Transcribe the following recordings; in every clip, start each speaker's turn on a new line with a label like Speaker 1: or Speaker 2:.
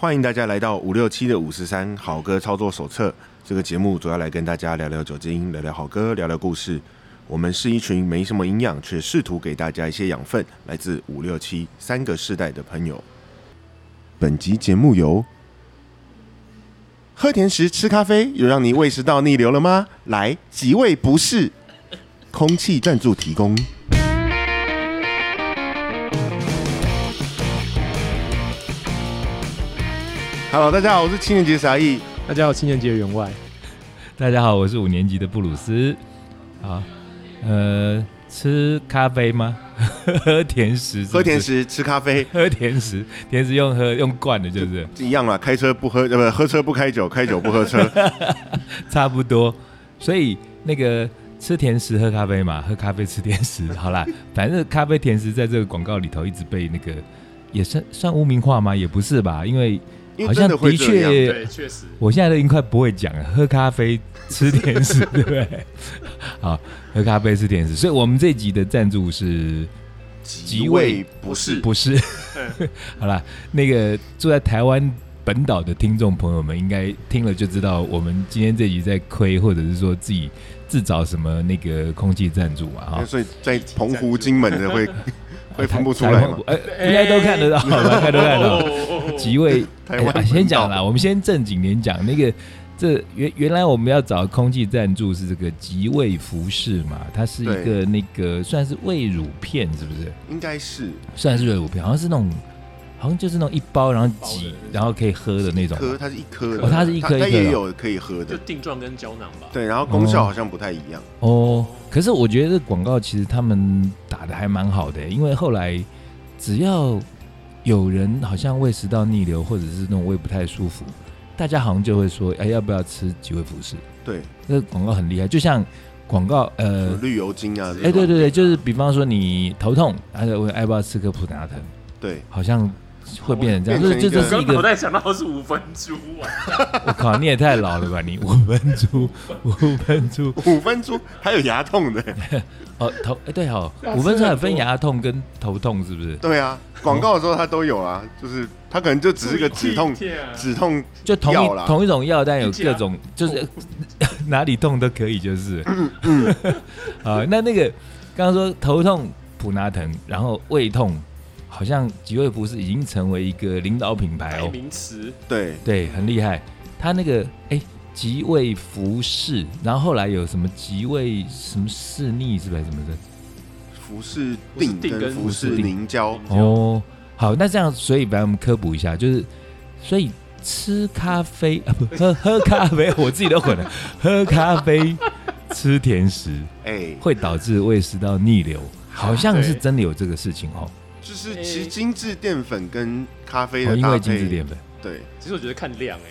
Speaker 1: 欢迎大家来到五六七的五十三好歌操作手册。这个节目主要来跟大家聊聊酒精，聊聊好歌，聊聊故事。我们是一群没什么营养，却试图给大家一些养分，来自五六七三个世代的朋友。本集节目由喝甜食、吃咖啡，有让你胃食道逆流了吗？来，即位不适，空气赞助提供。Hello，大家好，我是七年级的傻义。
Speaker 2: 大家好，青年节的员外，
Speaker 3: 大家好，我是五年级的布鲁斯。好，呃，吃咖啡吗？ 喝甜食是不是
Speaker 1: 喝甜，食、吃咖啡
Speaker 3: 喝甜食，甜食用喝用灌的，就是
Speaker 1: 一样啦，开车不喝，呃，不，喝车不开酒，开酒不喝 车。
Speaker 3: 差不多。所以那个吃甜食喝咖啡嘛，喝咖啡吃甜食， 好啦，反正咖啡甜食在这个广告里头一直被那个也算算污名化吗？也不是吧，因为
Speaker 1: 因
Speaker 3: 好
Speaker 1: 为真
Speaker 3: 像
Speaker 1: 的会
Speaker 3: 的
Speaker 1: 这样。
Speaker 3: 确
Speaker 2: 对，确实，
Speaker 3: 我现在都已经快不会讲了，喝咖啡吃甜食， 对不对？好，喝咖啡吃甜食，所以我们这集的赞助是
Speaker 1: 即位不是嗯
Speaker 3: 不是？ 好啦，那个住在台湾本岛的听众朋友们，应该听了就知道，我们今天这集在亏，或者是说自己自找什么那个空气赞助嘛，哈、
Speaker 1: 所以在澎湖、金门的 会会分不出
Speaker 3: 台
Speaker 1: 来
Speaker 3: 湾
Speaker 1: 嘛？哎
Speaker 3: 呃，应该都看得到，吧？应该都看得
Speaker 2: 哦
Speaker 3: 到。几位
Speaker 1: 台
Speaker 3: 哎
Speaker 1: 湾、
Speaker 3: 呀先讲啦，，我们先正经点讲那个。这原原来我们要找空气赞助是这个吉味服饰嘛，它是一个那个算是胃乳片是不是？
Speaker 1: 应该是
Speaker 3: 算是胃乳片，好像是那种，好像就是那种一包然后
Speaker 2: 包
Speaker 3: 挤
Speaker 2: 的
Speaker 3: 然后可以喝的那种。
Speaker 1: 颗，它是一颗的，
Speaker 3: 哦它是一颗一颗
Speaker 1: 它
Speaker 3: 的
Speaker 1: 也有可以喝
Speaker 2: 就
Speaker 1: 的。
Speaker 2: 定状跟胶囊吧。
Speaker 1: 对，然后功效好像不太一样。
Speaker 3: 哦，可是我觉得这广告其实他们打的还蛮好的，因为后来只要有人好像胃食道逆流或者是那种胃不太舒服，大家好像就会说，哎，要不要吃几味服饰？
Speaker 1: 对，
Speaker 3: 这个广告很厉害，就像广告
Speaker 1: 什么
Speaker 3: 呃，
Speaker 1: 绿油精啊，
Speaker 3: 哎，对对对，就是比方说你头痛，哎，我要不要吃颗普拿疼？
Speaker 1: 对，
Speaker 3: 好像会变成这样，
Speaker 1: 变成
Speaker 3: 这这
Speaker 1: 一个
Speaker 3: 这是一
Speaker 2: 我
Speaker 3: 个
Speaker 2: 脑袋想到的是五分猪啊，
Speaker 3: 我靠，你也太老了吧 你！五分猪，五分猪，
Speaker 1: 五分猪还有牙痛 的。
Speaker 3: 哦头哎对哦，五分猪还分牙痛跟头痛是不是？
Speaker 1: 对啊，广告的时候它都有啊，就是它可能就只是个止痛
Speaker 2: 屁啊
Speaker 1: 止痛
Speaker 3: 就同
Speaker 1: 药啦
Speaker 3: 一同一种药，但有
Speaker 2: 一家
Speaker 3: 各种，就是哪里痛都可以，就是。 啊，那那个刚刚说头痛普拿疼，然后胃痛，好像吉味服饰已经成为一个领导品牌
Speaker 2: 代
Speaker 3: 哦，
Speaker 2: 名词，
Speaker 1: 对
Speaker 3: 对，很厉害。他那个哎。吉味服饰，然后后来有什么吉味什么侍逆是吧？什么的，
Speaker 1: 服饰定
Speaker 2: 定
Speaker 1: 跟
Speaker 2: 跟
Speaker 1: 服饰
Speaker 3: 服饰定
Speaker 1: 凝胶，
Speaker 3: 哦，好，那这样，所以来我们科普一下，就是所以吃咖啡 啊，不喝喝咖啡，我自己 都混了，喝咖啡吃甜食
Speaker 1: 哎，
Speaker 3: 会导致胃食道逆流，好像是
Speaker 2: 对
Speaker 3: 真的有这个事情
Speaker 1: 啊
Speaker 3: 哦，
Speaker 1: 就是
Speaker 2: 诶
Speaker 1: 其实精致淀粉跟咖啡
Speaker 3: 哦
Speaker 1: 的
Speaker 3: 因
Speaker 1: 搭
Speaker 3: 为精致
Speaker 1: 配，
Speaker 3: 淀粉。
Speaker 1: 对，
Speaker 2: 其实我觉得看量哎，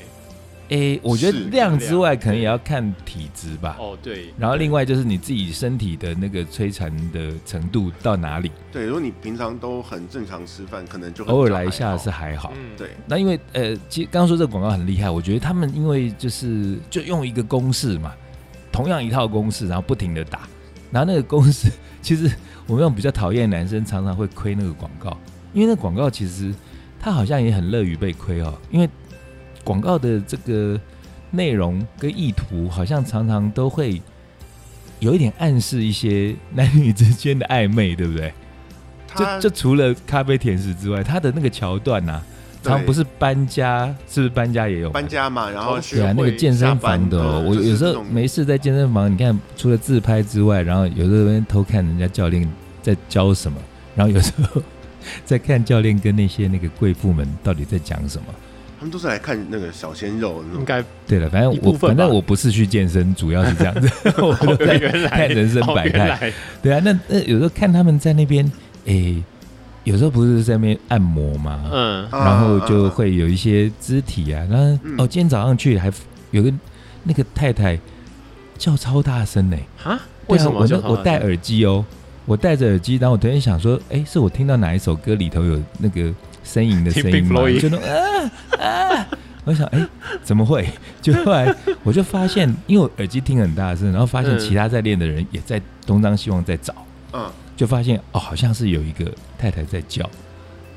Speaker 3: 诶，我觉得
Speaker 1: 是
Speaker 3: 量之外，
Speaker 2: 量
Speaker 3: 可能也要看体质吧。
Speaker 2: 哦对，
Speaker 3: 然后另外就是你自己身体的那个摧残的程度到哪里，
Speaker 1: 对，如果你平常都很正常吃饭，可能就很
Speaker 3: 偶尔
Speaker 1: 少
Speaker 3: 来一下
Speaker 1: 哦还好
Speaker 3: 是还好。
Speaker 2: 嗯，
Speaker 1: 对，
Speaker 3: 那因为呃，其实刚刚说这个广告很厉害，我觉得他们因为就是就用一个公式嘛，同样一套公式，然后不停的打，然后那个公式 其实我们那种比较讨厌的男生常常会亏那个广告，因为那广告其实他好像也很乐于被亏哦，因为广告的这个内容跟意图好像常常都会有一点暗示一些男女之间的暧昧，对不对？
Speaker 1: 它
Speaker 3: 就就除了咖啡甜食之外，它的那个桥段啊呐、
Speaker 1: 对
Speaker 3: 常不是搬家，是不是搬家也有？
Speaker 1: 搬。家嘛，然后去
Speaker 3: 对啊，那个健身房的、
Speaker 1: 下
Speaker 3: 哦
Speaker 1: 班，的
Speaker 3: 我
Speaker 1: 就是
Speaker 3: 有时
Speaker 1: 这
Speaker 3: 候
Speaker 1: 种
Speaker 3: 没事在健身房，你看除了自拍之外，然后有时候在那边偷看人家教练在教什么，然后有时候在看教练跟那些那个贵妇们到底在讲什么。
Speaker 1: 他们都是来看那个小鲜肉那
Speaker 2: 应
Speaker 1: 种。
Speaker 2: 该
Speaker 3: 对了，反正
Speaker 2: 一部
Speaker 3: 我
Speaker 2: 分吧
Speaker 3: 反正我不是去健身，主要是这样 子，
Speaker 1: 哦
Speaker 3: 我都在
Speaker 2: 哦原来
Speaker 3: 看人生百态。
Speaker 2: 态，
Speaker 3: 对啊，那那有时候看他们在那边，诶、有时候不是在那边按摩吗？
Speaker 2: 嗯，
Speaker 1: 啊
Speaker 3: 然后就
Speaker 1: 啊
Speaker 3: 会有一些肢体啊，然后、
Speaker 1: 嗯
Speaker 3: 哦，今天早上去还有个那个太太叫超大声呢、
Speaker 2: 哈，
Speaker 3: 对
Speaker 2: 为
Speaker 3: 啊
Speaker 2: 什么
Speaker 3: 我
Speaker 2: 叫
Speaker 3: 那
Speaker 2: 他
Speaker 3: 我戴耳机哦，我戴着耳机，然后我突然想说，哎，是我听到哪一首歌里头有那个呻吟的声
Speaker 2: Pink
Speaker 3: 音吗？
Speaker 2: Floyd
Speaker 3: 就那种啊啊！我想，哎，怎么会？ 就后来我就发现，因为我耳机听很大声，然后发现
Speaker 2: 嗯
Speaker 3: 其他在练的人也在东张西望在找，
Speaker 1: 嗯，
Speaker 3: 就发现哦，好像是有一个太太在叫，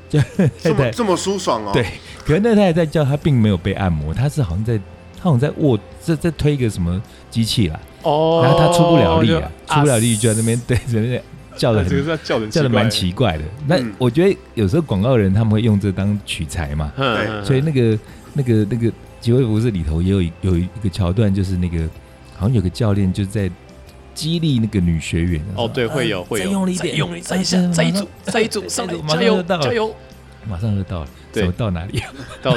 Speaker 1: 这么
Speaker 3: 对
Speaker 1: 这么舒爽哦。
Speaker 3: 对可是那太太在叫，她并没有被按摩，她是好像在，她好像在握，在在推一个什么机器啦，
Speaker 2: 哦
Speaker 3: 然后她出不了力
Speaker 2: 就
Speaker 3: 啊，出不了力就在那边对，在那边叫的
Speaker 2: 啊这个
Speaker 3: 很
Speaker 2: 是要叫人
Speaker 3: 叫的蛮
Speaker 2: 奇
Speaker 3: 奇怪的。那
Speaker 1: 嗯
Speaker 3: 我觉得有时候广告人他们会用这当取材嘛，
Speaker 2: 怪的，
Speaker 1: 对
Speaker 2: 嗯
Speaker 3: 所以那个那个那个《极微服饰》里头也有一有一个桥段，就是那个好像有个教练就在激励那个女学员。
Speaker 2: 哦对
Speaker 3: 啊
Speaker 2: 会有会有
Speaker 3: 再用力一
Speaker 2: 再
Speaker 3: 点，
Speaker 2: 用力再一
Speaker 3: 啊
Speaker 2: 下，
Speaker 3: 对
Speaker 2: 再一
Speaker 3: 马
Speaker 2: 组
Speaker 3: 上，
Speaker 2: 再一组，上来
Speaker 3: 再一组马上
Speaker 2: 加
Speaker 3: 就
Speaker 2: 油
Speaker 3: 到了
Speaker 2: 加油，
Speaker 3: 马上就到了，
Speaker 2: 对
Speaker 3: 手到哪里？
Speaker 2: 到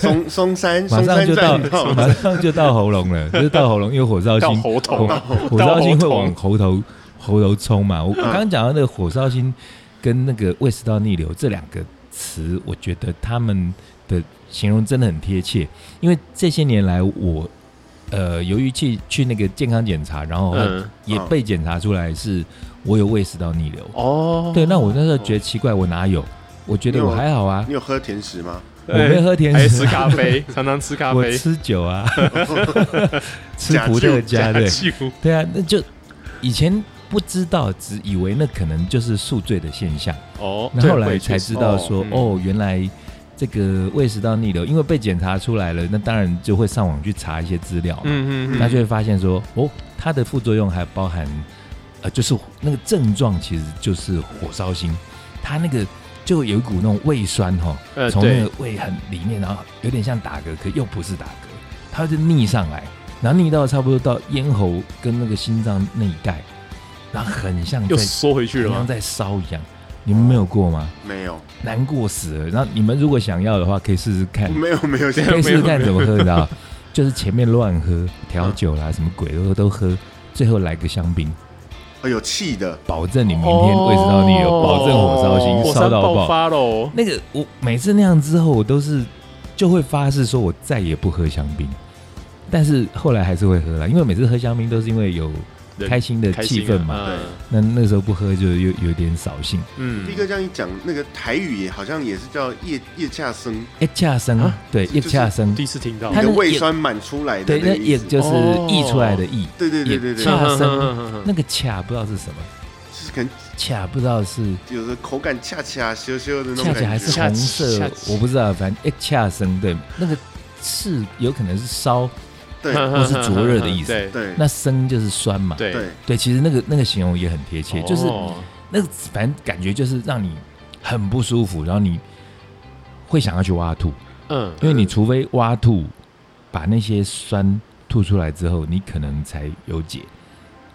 Speaker 1: 松松山
Speaker 3: 马
Speaker 1: 松
Speaker 3: 上
Speaker 1: 山
Speaker 3: 就到
Speaker 1: 站，到
Speaker 3: 马上就到喉咙 了，就是到喉咙，因为火烧
Speaker 2: 到
Speaker 3: 心，
Speaker 2: 喉
Speaker 3: 火
Speaker 2: 头，
Speaker 3: 火烧心
Speaker 2: 到喉头
Speaker 3: 会往喉头喉头冲嘛。我我刚刚讲到那个火烧心跟那个胃食道逆流这两个词，我觉得他们的形容真的很贴切，因为这些年来我呃，由于去去那个健康检查，然后
Speaker 2: 嗯
Speaker 3: 也被检查出来是我有胃食道逆流。
Speaker 2: 哦，
Speaker 3: 对，那我那时候觉得奇怪，我哪有？我觉得我还好啊
Speaker 1: 你，有喝甜食吗？
Speaker 3: 我没喝甜
Speaker 2: 还
Speaker 3: 食
Speaker 2: 吃
Speaker 3: 啊，
Speaker 2: 咖啡，常常吃咖
Speaker 3: 我
Speaker 2: 啡，
Speaker 3: 吃 酒啊，吃伏
Speaker 1: 假
Speaker 3: 特
Speaker 1: 酒
Speaker 3: 加，对
Speaker 2: 酒
Speaker 3: 对啊，那就以前不知道，只以为那可能就是宿醉的现象，
Speaker 2: 哦，
Speaker 3: 那
Speaker 2: 对
Speaker 3: 后来
Speaker 2: 会去
Speaker 3: 才知道说
Speaker 2: 哦，嗯
Speaker 3: 哦，原来这个胃食道逆流，因为被检查出来了，那当然就会上网去查一些资料嘛，
Speaker 2: 嗯嗯嗯，
Speaker 3: 那就会发现说，哦，它的副作用还包含，呃，就是那个症状其实就是火烧心，它那个就有一股那种胃酸哈、
Speaker 2: 呃
Speaker 3: 从那
Speaker 2: 对
Speaker 3: 个胃很里面，然后有点像打嗝，可又不是打嗝，它就逆上来，然后逆到差不多到咽喉跟那个心脏那一带，然后很像在
Speaker 2: 又缩回去了
Speaker 3: 很像
Speaker 2: 吗？
Speaker 3: 在烧一样。你们没有过吗？
Speaker 1: 没有，
Speaker 3: 难过死了。然后你们如果想要的话，可以试试看。
Speaker 1: 没有，没有，
Speaker 2: 对
Speaker 3: 可以试试
Speaker 2: 嗯
Speaker 3: 看
Speaker 2: 没有
Speaker 3: 怎么喝，你 知道？就是前面乱喝调酒啦，什么鬼都都喝，最后来个香槟，
Speaker 1: 哦有气的，
Speaker 3: 保证你明天胃食道逆流，
Speaker 2: 哦
Speaker 3: 保证火烧
Speaker 2: 火
Speaker 3: 心，烧
Speaker 2: 山
Speaker 3: 到
Speaker 2: 爆
Speaker 3: 爆。
Speaker 2: 发喽！
Speaker 3: 那个我每次那样之后，我都是就会发誓说我再也不喝香槟，但是后来还是会喝啦，因为每次喝香槟都是因为有
Speaker 2: 人
Speaker 3: 开心的
Speaker 2: 开
Speaker 3: 气
Speaker 2: 心
Speaker 3: 氛
Speaker 2: 啊
Speaker 3: 嘛。
Speaker 1: 对
Speaker 3: 那那时候不喝就有有点扫兴。
Speaker 2: 嗯，
Speaker 1: 一哥这样一讲，那个台语也好像也是叫夜夜下生，
Speaker 3: 一恰生
Speaker 2: 啊
Speaker 3: 对，
Speaker 1: 就
Speaker 3: 一恰生
Speaker 2: 第，一次听到
Speaker 1: 你，
Speaker 3: 他
Speaker 1: 的
Speaker 3: 那
Speaker 1: 胃
Speaker 3: 也
Speaker 1: 酸满出来的
Speaker 3: 对，
Speaker 1: 那
Speaker 3: 那
Speaker 1: 个意
Speaker 3: 也
Speaker 1: 思。
Speaker 3: 就是
Speaker 2: 哦
Speaker 3: 溢出来的溢。
Speaker 1: 对对对对对，就
Speaker 2: 嗯
Speaker 3: 也下身
Speaker 2: 那
Speaker 3: 那个恰不知道是什么，
Speaker 1: 是可能
Speaker 3: 恰不知道是
Speaker 1: 有的口感恰恰羞羞的那种
Speaker 3: 恰
Speaker 1: 感觉，
Speaker 3: 恰还是
Speaker 2: 恰
Speaker 3: 红色
Speaker 2: 恰，恰
Speaker 3: 我不知道，反正一恰生对，那个是有可能是烧，
Speaker 1: 对
Speaker 2: 嗯
Speaker 3: 或是灼热的意思
Speaker 2: 对
Speaker 1: 对
Speaker 3: 那生就是酸嘛。
Speaker 2: 对
Speaker 1: 对，
Speaker 3: 对，其实那个那个形容也很贴切，就是
Speaker 2: 哦
Speaker 3: 那个反正感觉就是让你很不舒服，然后你会想要去挖吐，
Speaker 2: 嗯
Speaker 3: 因为你除非挖吐，把那些酸吐出来之后，你可能才有解，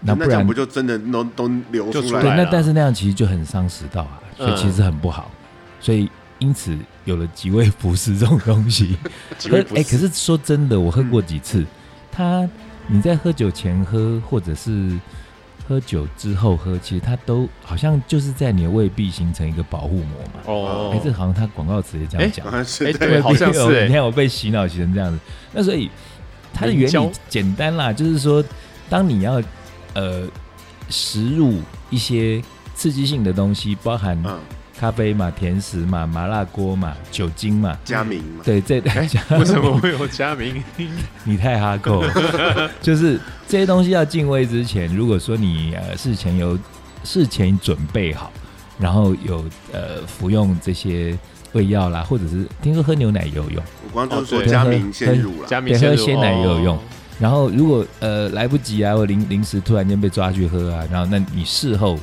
Speaker 3: 那
Speaker 1: 那
Speaker 3: 不
Speaker 1: 这
Speaker 3: 然
Speaker 1: 样不就真的都都流
Speaker 2: 就
Speaker 1: 出
Speaker 2: 出
Speaker 1: 来
Speaker 3: 对，
Speaker 1: 了？
Speaker 2: 来
Speaker 3: 那
Speaker 2: 了
Speaker 3: 但是那样其实就很伤食道啊，所以其实很不好，所以因此有了几味服饰这种东西。
Speaker 2: 几
Speaker 3: 可
Speaker 2: 位
Speaker 3: 哎、
Speaker 2: 不是嗯
Speaker 3: 可是说真的，我喝过几次，它你在喝酒前喝，或者是喝酒之后喝，其实它都好像就是在你的胃壁形成一个保护膜嘛。
Speaker 2: 哦
Speaker 3: 哎、这好像它广告词也这样讲
Speaker 1: 好，像啊是
Speaker 2: 哎
Speaker 1: 对
Speaker 2: 对好像是哎
Speaker 3: 你 看我被洗脑洗成这样子，那所以它的原
Speaker 2: 凝胶
Speaker 3: 理简单啦，就是说，当你要呃食入一些刺激性的东西，包含
Speaker 1: 嗯，
Speaker 3: 咖啡嘛、甜食嘛、麻辣锅嘛、酒精嘛，
Speaker 1: 加名嘛，
Speaker 3: 对，这
Speaker 2: 为什么会有 加名？
Speaker 3: 你太哈扣了，就是这些东西要进胃之前，如果说你呃事前有事前准备好，然后有呃服用这些胃药啦，或者是听说喝牛奶也有用。
Speaker 1: 我刚刚就是说
Speaker 2: 哦对
Speaker 1: 加名先入了，
Speaker 2: 加名
Speaker 3: 对
Speaker 2: 先
Speaker 3: 喝
Speaker 2: 入
Speaker 3: 鲜奶也有用
Speaker 2: 哦
Speaker 3: 然后如果呃来不及啊，或临临时突然间被抓去喝啊，然后那你事后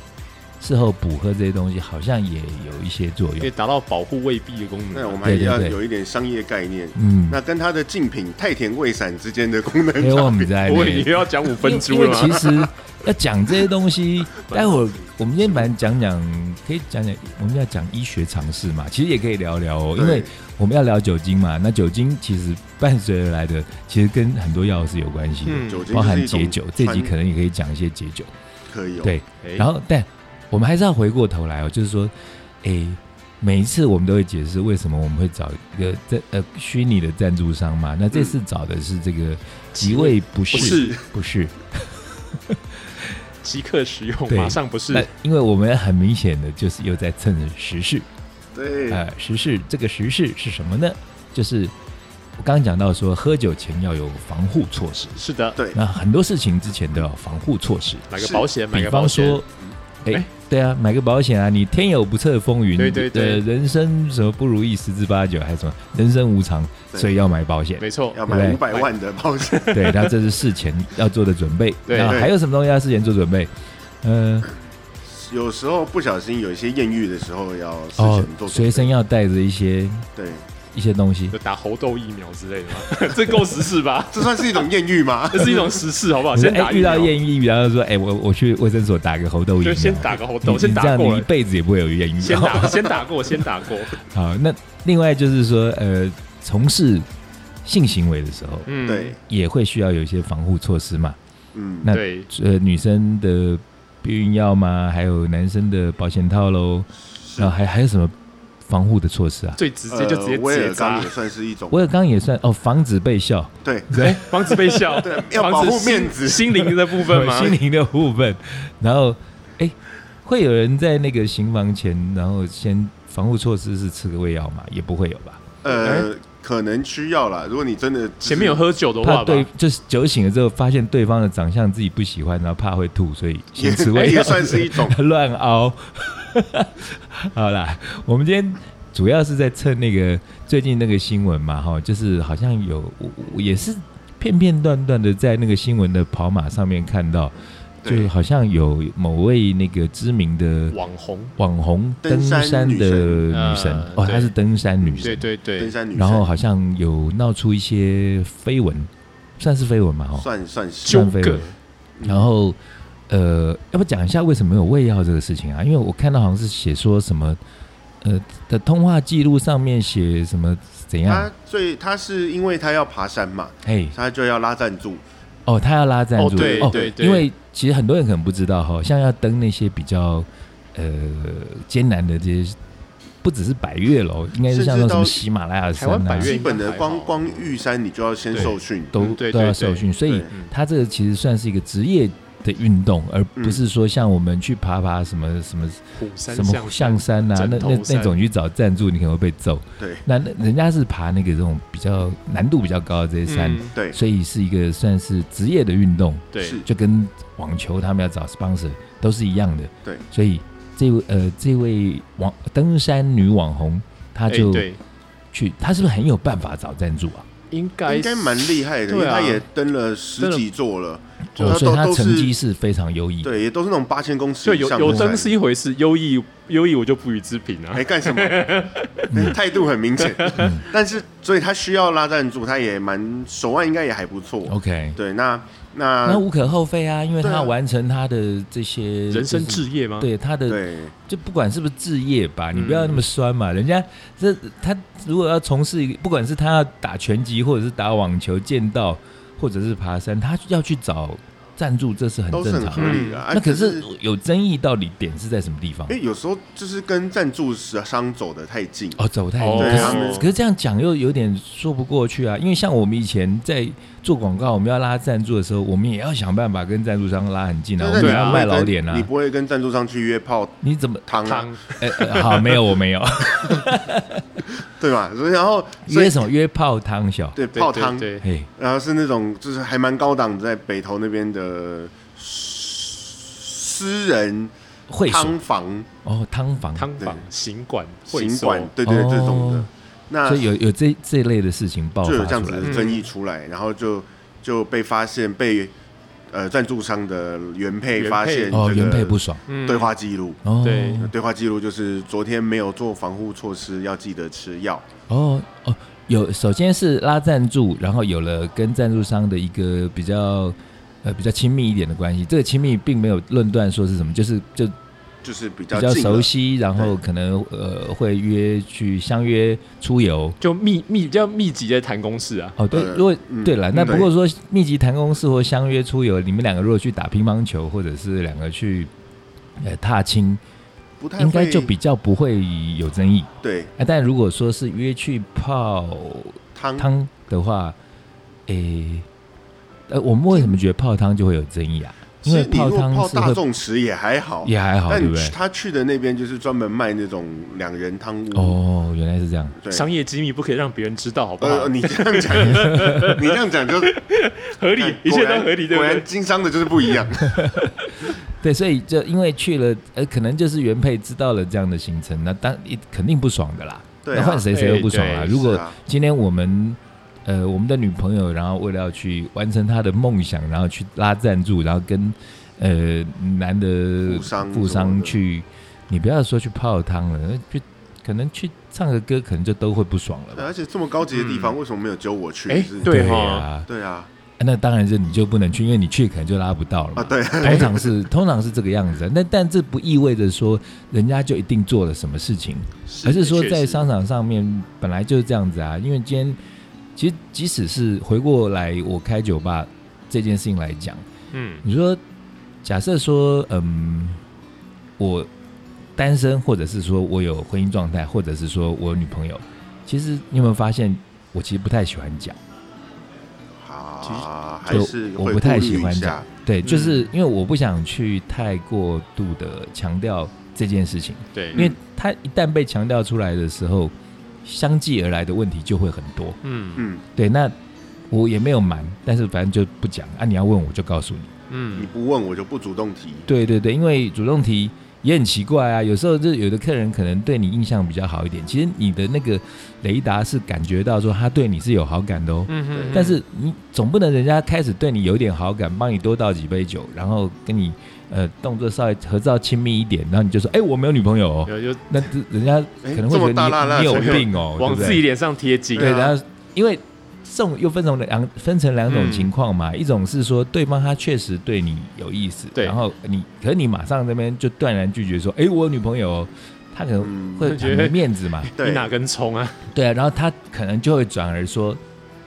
Speaker 3: 事后补喝这些东西，好像也有一些作
Speaker 2: 可以
Speaker 3: 用。
Speaker 2: 达到保护胃壁的功能。啊
Speaker 1: 那我们还
Speaker 3: 对对
Speaker 1: 要
Speaker 3: 对
Speaker 1: 有一点商业概念。
Speaker 3: 嗯，
Speaker 1: 那跟它的竞品太田胃散之间的 功能
Speaker 3: 因为我
Speaker 1: 差
Speaker 3: 们
Speaker 1: 别，
Speaker 3: 在
Speaker 2: 我也要讲五分
Speaker 3: 哎因
Speaker 2: 猪
Speaker 3: 为
Speaker 2: 了
Speaker 1: 啊
Speaker 2: 啊
Speaker 3: 其
Speaker 2: 吗？
Speaker 3: 实要讲这些 东西，待会儿我们今天本来讲讲，可以讲讲我们要讲医学常识嘛，其实也可以聊聊哦，因为
Speaker 1: 对
Speaker 3: 我们要聊酒精嘛，那酒精其实伴随而来的，其实跟很多药是有关系的，
Speaker 2: 嗯
Speaker 1: 酒精
Speaker 3: 包含
Speaker 1: 就是
Speaker 3: 解
Speaker 1: 一种
Speaker 3: 酒，这集
Speaker 1: 传
Speaker 3: 可能也可以讲一些解酒。
Speaker 1: 可以哦，
Speaker 3: 对
Speaker 2: 哎
Speaker 3: 然后，但我们还是要回过头来哦，就是说，诶，每一次我们都会解释为什么我们会找一个在呃虚拟的赞助商嘛。那这次找的是这个即位不是
Speaker 1: 嗯不是
Speaker 3: 不是，
Speaker 2: 即刻使用，
Speaker 3: 对
Speaker 2: 马上不是
Speaker 3: 那因为我们很明显的就是又在蹭时事，
Speaker 1: 对，
Speaker 3: 呃，时事这个时事是什么呢？就是我刚刚讲到说，喝酒前要有防护措施，
Speaker 2: 是的，
Speaker 1: 对，
Speaker 3: 那很多事情之前都要防护措施，
Speaker 2: 买个
Speaker 1: 是
Speaker 2: 保险，买
Speaker 3: 比
Speaker 2: 个保
Speaker 3: 方
Speaker 2: 险
Speaker 3: 说，
Speaker 1: 嗯
Speaker 3: 诶，
Speaker 2: 哎
Speaker 3: 对啊，买个保险啊，你天有不测风云，
Speaker 2: 对对对
Speaker 3: 人生什么不如意十之八九，还是什么人生无常，
Speaker 1: 对
Speaker 3: 所以要买保险。
Speaker 2: 没错，
Speaker 1: 要
Speaker 3: 对
Speaker 1: 买五
Speaker 3: 不
Speaker 1: 百万的保险，
Speaker 3: 对，那这是事前要做的准备。
Speaker 2: 对
Speaker 3: 那
Speaker 1: 对
Speaker 3: 还有什么东西要事前做准备？嗯、
Speaker 1: 有时候不小心有一些艳遇的时候要事
Speaker 3: 哦
Speaker 1: 前，做准备
Speaker 3: 随身要带着一些
Speaker 1: 对，
Speaker 3: 一些东西。
Speaker 2: 就打猴痘疫苗之类的嘛， 这够时事吧？
Speaker 1: 这算是一种艳遇吗？
Speaker 2: 这是一种时事，好不好？
Speaker 3: 你说
Speaker 2: 先打
Speaker 3: 哎
Speaker 2: 疫
Speaker 3: 遇到
Speaker 2: 苗，
Speaker 3: 艳遇，然后说哎、我我去卫生所打个猴痘疫苗，
Speaker 2: 就先打个猴
Speaker 3: 你
Speaker 2: 痘，先
Speaker 3: 你这
Speaker 2: 打
Speaker 3: 样
Speaker 2: 过
Speaker 3: 你一
Speaker 2: 了，
Speaker 3: 辈子也不会有艳遇。
Speaker 2: 先打， 先打过，先打过。
Speaker 3: 好，那另外就是说，呃，从事性行为的时候，
Speaker 2: 嗯，
Speaker 1: 对，，
Speaker 3: 也会需要有一些防护措施嘛。
Speaker 1: 嗯，
Speaker 3: 那
Speaker 2: 对，
Speaker 3: 呃，女生的避孕药嘛，还有男生的保险套喽，然后还还有什么防护的措施啊？
Speaker 2: 最直接
Speaker 1: 呃
Speaker 2: 就直接
Speaker 1: 威
Speaker 2: 结
Speaker 1: 尔刚
Speaker 2: 扎
Speaker 1: 也，算是一种
Speaker 3: 我，有刚刚也算哦，防止被笑，
Speaker 1: 对
Speaker 3: 对，
Speaker 2: 防止被笑，
Speaker 1: 对要保护
Speaker 2: 防止心
Speaker 1: 面子
Speaker 2: 心灵的部 分吗？
Speaker 3: 心灵的部分。然后，哎，会有人在那个行房前，然后先防护措施是吃个胃药嘛？也不会有吧？
Speaker 1: 呃，可能需要啦。如果你真的就是
Speaker 2: 哎前面有喝酒的
Speaker 3: 怕
Speaker 2: 话吧，
Speaker 3: 对，就是酒醒了之后发现对方的长相自己不喜欢，然后怕会吐，所以先吃
Speaker 1: 也
Speaker 2: 哎
Speaker 3: 胃药
Speaker 1: 也。算是一 种
Speaker 3: 乱凹。好啦，我们今天主要是在蹭那个最近那个新闻嘛，哈，就是好像有我我也是片片段段的在那个新闻的跑马上面看到，就
Speaker 1: 对
Speaker 3: 好像有某位那个知名的
Speaker 2: 网红，
Speaker 3: 网红登
Speaker 1: 登山
Speaker 3: 山的
Speaker 1: 女神
Speaker 3: 女神
Speaker 2: 呃，
Speaker 3: 哦，
Speaker 2: 对
Speaker 3: 她是登山女
Speaker 2: 对
Speaker 3: 神，
Speaker 2: 对
Speaker 1: 登
Speaker 2: 对，
Speaker 1: 山女神，
Speaker 3: 然后好像有闹出一些绯闻，算是绯闻嘛，哈，
Speaker 1: 算算是
Speaker 2: 纠
Speaker 3: 算绯
Speaker 2: 葛
Speaker 3: 闻。然后，呃，要不讲一下为什么有胃药这个事情啊？因为我看到好像是写说什么，呃的通话记录上面写什么怎样
Speaker 1: 他？最他是因为他要爬山嘛，
Speaker 3: 哎，
Speaker 1: 他就要拉赞助，
Speaker 3: 哦，他要拉赞助，
Speaker 2: 哦对对对
Speaker 3: 因为其实很多人可能不知道哈，像要登那些比较呃艰难的这些，不只是百越喽，应该是像那种什么
Speaker 1: 甚至到
Speaker 3: 喜马拉雅
Speaker 2: 台
Speaker 3: 山
Speaker 2: 湾
Speaker 3: 啊
Speaker 2: 百，
Speaker 1: 基
Speaker 2: 越
Speaker 1: 本的光
Speaker 2: 还好
Speaker 1: 光玉山你就要先
Speaker 2: 对
Speaker 1: 受训，
Speaker 3: 都
Speaker 2: 哎嗯对
Speaker 3: 都要
Speaker 2: 对
Speaker 3: 受
Speaker 2: 对
Speaker 3: 训，所以
Speaker 1: 对
Speaker 2: 嗯
Speaker 3: 它这个其实算是一个职业的运动，而不
Speaker 1: 嗯
Speaker 3: 是说像我们去爬爬什么什么
Speaker 2: 虎山
Speaker 3: 什么象
Speaker 2: 象
Speaker 3: 山啊，那
Speaker 2: 枕头
Speaker 3: 那那
Speaker 2: 山
Speaker 3: 种你去找赞助，你可能会被揍。
Speaker 1: 对
Speaker 3: 那那人家是爬那个这种比较难度比较高的这些山，
Speaker 2: 嗯
Speaker 1: 对
Speaker 3: 所以是一个算是职业的运动，
Speaker 2: 对哎
Speaker 1: 是
Speaker 3: 就跟网球他们要找 sponsor 都是一样的。
Speaker 1: 对，
Speaker 3: 所以这位呃这位网登山女网红，她
Speaker 2: 哎
Speaker 3: 就
Speaker 2: 对，
Speaker 3: 去，她是不是很有办法找赞助啊？
Speaker 2: 应该
Speaker 1: 应该蛮厉害的，因为
Speaker 2: 对啊
Speaker 1: 他也登了十几座了，就
Speaker 3: 哦
Speaker 1: 她
Speaker 3: 所以
Speaker 1: 都
Speaker 3: 她
Speaker 1: 都
Speaker 3: 成绩
Speaker 1: 是
Speaker 3: 是非常优异。
Speaker 1: 对，也都是那种八千公尺
Speaker 2: 就
Speaker 1: 以
Speaker 2: 有
Speaker 1: 上
Speaker 2: 有
Speaker 1: 的
Speaker 2: 灯
Speaker 1: 山
Speaker 2: 是一回事，优异优异我就不予置评啊
Speaker 1: 哎，。干什么？ 态度很明显，
Speaker 3: 嗯
Speaker 1: 但是所以他需要拉赞助，他也蛮手腕应该也还不错。
Speaker 3: ，OK，
Speaker 1: 对，那
Speaker 3: 那
Speaker 1: 那
Speaker 3: 无可厚非啊，因为她
Speaker 1: 对啊
Speaker 3: 要完成她的这些
Speaker 2: 人生
Speaker 3: 就是
Speaker 2: 置业吗？
Speaker 3: 对她的
Speaker 1: 对
Speaker 3: 就不管是不是置业吧，你
Speaker 2: 嗯
Speaker 3: 不要那么酸嘛。人家这他如果要从事一个，不管是他要打拳击，或者是打网球、剑道，或者是爬山，他要去找赞助，这是很
Speaker 1: 都是
Speaker 3: 正
Speaker 1: 很
Speaker 3: 常
Speaker 1: 合
Speaker 3: 的。
Speaker 1: 理的。啊
Speaker 3: 那可
Speaker 1: 只
Speaker 3: 是有争议，到底点是在什么地方
Speaker 1: 因？为有时候就是跟赞助商走的太近，
Speaker 3: 哦，走太远。
Speaker 2: 哦
Speaker 3: 可
Speaker 1: 对他
Speaker 3: 是
Speaker 1: 们
Speaker 3: 可是这样讲又有点说不过去啊，因为像我们以前在做广告，我们要拉赞助的时候，我们也要想办法跟赞助商拉很近啊，
Speaker 1: 但
Speaker 3: 我
Speaker 1: 是
Speaker 3: 们
Speaker 1: 你
Speaker 2: 对
Speaker 3: 也
Speaker 2: 啊
Speaker 3: 要
Speaker 1: 不会
Speaker 3: 卖
Speaker 1: 跟
Speaker 3: 老脸
Speaker 1: 你
Speaker 3: 啊。
Speaker 1: 不会跟赞助商去约炮
Speaker 3: 你怎么？
Speaker 1: 汤啊，
Speaker 2: 汤
Speaker 3: 呃，呃好，没有，我没有。
Speaker 1: 对吧？所以然后所以
Speaker 3: 约什么？约泡汤小？
Speaker 1: 对
Speaker 2: 对
Speaker 1: 泡汤，
Speaker 2: 对，对
Speaker 3: 嘿。
Speaker 1: 然后是那种就是还蛮高档，在北投那边的私私人
Speaker 3: 会所
Speaker 1: 汤房、
Speaker 3: 哦，汤房，
Speaker 2: 汤
Speaker 1: 对
Speaker 2: 房、行馆、会
Speaker 1: 行
Speaker 2: 所
Speaker 1: 馆，对对
Speaker 3: 哦
Speaker 1: 这种的，那
Speaker 3: 所以有有这这类的事情爆
Speaker 1: 就有
Speaker 3: 发
Speaker 1: 这样
Speaker 3: 出
Speaker 1: 子
Speaker 3: 来。
Speaker 1: 的
Speaker 2: 嗯
Speaker 1: 争议出来，然后就就被发现被呃赞助商的原配
Speaker 2: 原
Speaker 1: 发
Speaker 2: 配
Speaker 1: 现
Speaker 3: 哦，
Speaker 1: 这
Speaker 3: 原配不
Speaker 1: 个
Speaker 3: 爽
Speaker 2: 嗯
Speaker 1: 对话记录。
Speaker 3: 哦，
Speaker 2: 对
Speaker 1: 那对话记录就是昨天没有做防护措施，要记得吃药。
Speaker 3: 哦哦，有首先是拉赞助，然后有了跟赞助商的一个比较呃比较亲密一点的关系。这个亲密并没有论断说是什么，就是就
Speaker 1: 就是比较
Speaker 3: 比较
Speaker 1: 近了
Speaker 3: 熟悉，然后可能呃会约去相约出游。
Speaker 2: 就密密比较密集在谈公事啊。
Speaker 3: 哦，对，
Speaker 1: 呃
Speaker 3: 如果
Speaker 1: 嗯
Speaker 3: 对了，那
Speaker 1: 嗯
Speaker 3: 不过说密集谈公事或相约出游，你们两个如果去打乒乓球，或者是两个去呃踏青，
Speaker 1: 不太
Speaker 3: 应该
Speaker 1: 会
Speaker 3: 就比较不会有争议。
Speaker 1: 对
Speaker 3: 啊，但如果说是约去泡
Speaker 1: 汤
Speaker 3: 汤的话，诶、呃，我们为什么觉得泡汤就会有争议啊？因
Speaker 1: 其
Speaker 3: 为
Speaker 1: 实你
Speaker 3: 泡
Speaker 1: 如果
Speaker 3: 汤
Speaker 1: 泡
Speaker 3: 是
Speaker 1: 大
Speaker 3: 会
Speaker 1: 众池也还好，
Speaker 3: 也还好，
Speaker 1: 但
Speaker 3: 对
Speaker 1: 你
Speaker 3: 不
Speaker 1: 去
Speaker 3: 对？
Speaker 1: 他去的那边就是专门卖那种两人汤屋。
Speaker 3: 哦，原来是这样。
Speaker 1: 对，
Speaker 2: 商业机密不可以让别人知道，好不好
Speaker 1: 呃，？你这样讲， 你这样讲就
Speaker 2: 合理，一切都合理，对不
Speaker 1: 哎果
Speaker 2: 对
Speaker 1: 然？经商的就是不一样。
Speaker 3: 对，所以就因为去了，呃，可能就是原配知道了这样的行程，那当一肯定不爽的啦。
Speaker 1: 对
Speaker 3: 那
Speaker 1: 啊
Speaker 3: 换，谁谁都不爽啦。
Speaker 2: 哎对
Speaker 3: 如
Speaker 1: 是
Speaker 3: 果
Speaker 1: 啊
Speaker 3: 今天我们呃我们的女朋友，然后为了要去完成她的梦想，然后去拉赞助，然后跟呃男的
Speaker 1: 富商
Speaker 3: 富
Speaker 1: 什么
Speaker 3: 商
Speaker 1: 的
Speaker 3: 去，你不要说去泡汤了，去可能去唱个歌，可能就都会不爽了吧。
Speaker 1: 而且这么高级的地方，为什么没有揪我去？
Speaker 2: 哎
Speaker 1: 是
Speaker 2: 对哈
Speaker 3: 啊，
Speaker 1: 对啊，
Speaker 3: 那当然是你就不能去，因为你去可能就拉不到了
Speaker 1: 啊
Speaker 3: 嘛。
Speaker 1: 对，
Speaker 3: 通常是通常是这个样子，啊那但这不意味着说人家就一定做了什么事情，而是说在商场上面本来就是这样子啊。因为今天其实即使是回过来我开酒吧这件事情来讲，
Speaker 2: 嗯，
Speaker 3: 你说假设说嗯我单身，或者是说我有婚姻状态，或者是说我有女朋友，其实你有没有发现我其实不太喜欢讲。
Speaker 1: 啊，还
Speaker 3: 就是我
Speaker 1: 会
Speaker 3: 不太
Speaker 1: 顾虑
Speaker 3: 喜欢
Speaker 1: 一
Speaker 3: 这
Speaker 1: 下
Speaker 3: 样，对，就
Speaker 2: 嗯
Speaker 3: 是因为我不想去太过度的强调这件事情，
Speaker 2: 对，
Speaker 3: 因为它一旦被强调出来的时候，相继而来的问题就会很多。
Speaker 2: 嗯
Speaker 1: 嗯，
Speaker 3: 对，那我也没有瞒，但是反正就不讲啊。你要问我就告诉你。
Speaker 1: 你
Speaker 2: 嗯，
Speaker 1: 不问我就不主动提，
Speaker 3: 对对对，因为主动提也很奇怪啊。有时候就有的客人可能对你印象比较好一点，其实你的那个雷达是感觉到说他对你是有好感的哦。
Speaker 2: 嗯哼
Speaker 3: 但是你总不能人家开始对你有点好感，帮你多倒几杯酒，然后跟你呃动作稍微合照亲密一点，然后你就说：“哎、我没有女朋友、哦。
Speaker 2: 有有”
Speaker 3: 那这人家可能会
Speaker 1: 哎这
Speaker 3: 觉
Speaker 1: 么大辣
Speaker 3: 得
Speaker 1: 辣
Speaker 3: 你你有
Speaker 1: 谁有
Speaker 3: 病哦，对
Speaker 2: 往
Speaker 3: 不对
Speaker 2: 自己脸上贴金，
Speaker 3: 对，
Speaker 1: 啊
Speaker 3: 然后因为这种又分成两分成两
Speaker 1: 嗯
Speaker 3: 种情况嘛，一种是说对方他确实对你有意思，
Speaker 2: 对
Speaker 3: 然后你可是你马上这边就断然拒绝说：“哎、我有女朋友、哦。”他可能
Speaker 1: 嗯，
Speaker 3: 会
Speaker 2: 会觉
Speaker 3: 很
Speaker 2: 得
Speaker 3: 没面子嘛，
Speaker 2: 你
Speaker 1: 对，
Speaker 2: 哪根葱啊？
Speaker 3: 对啊，然后他可能就会转而说，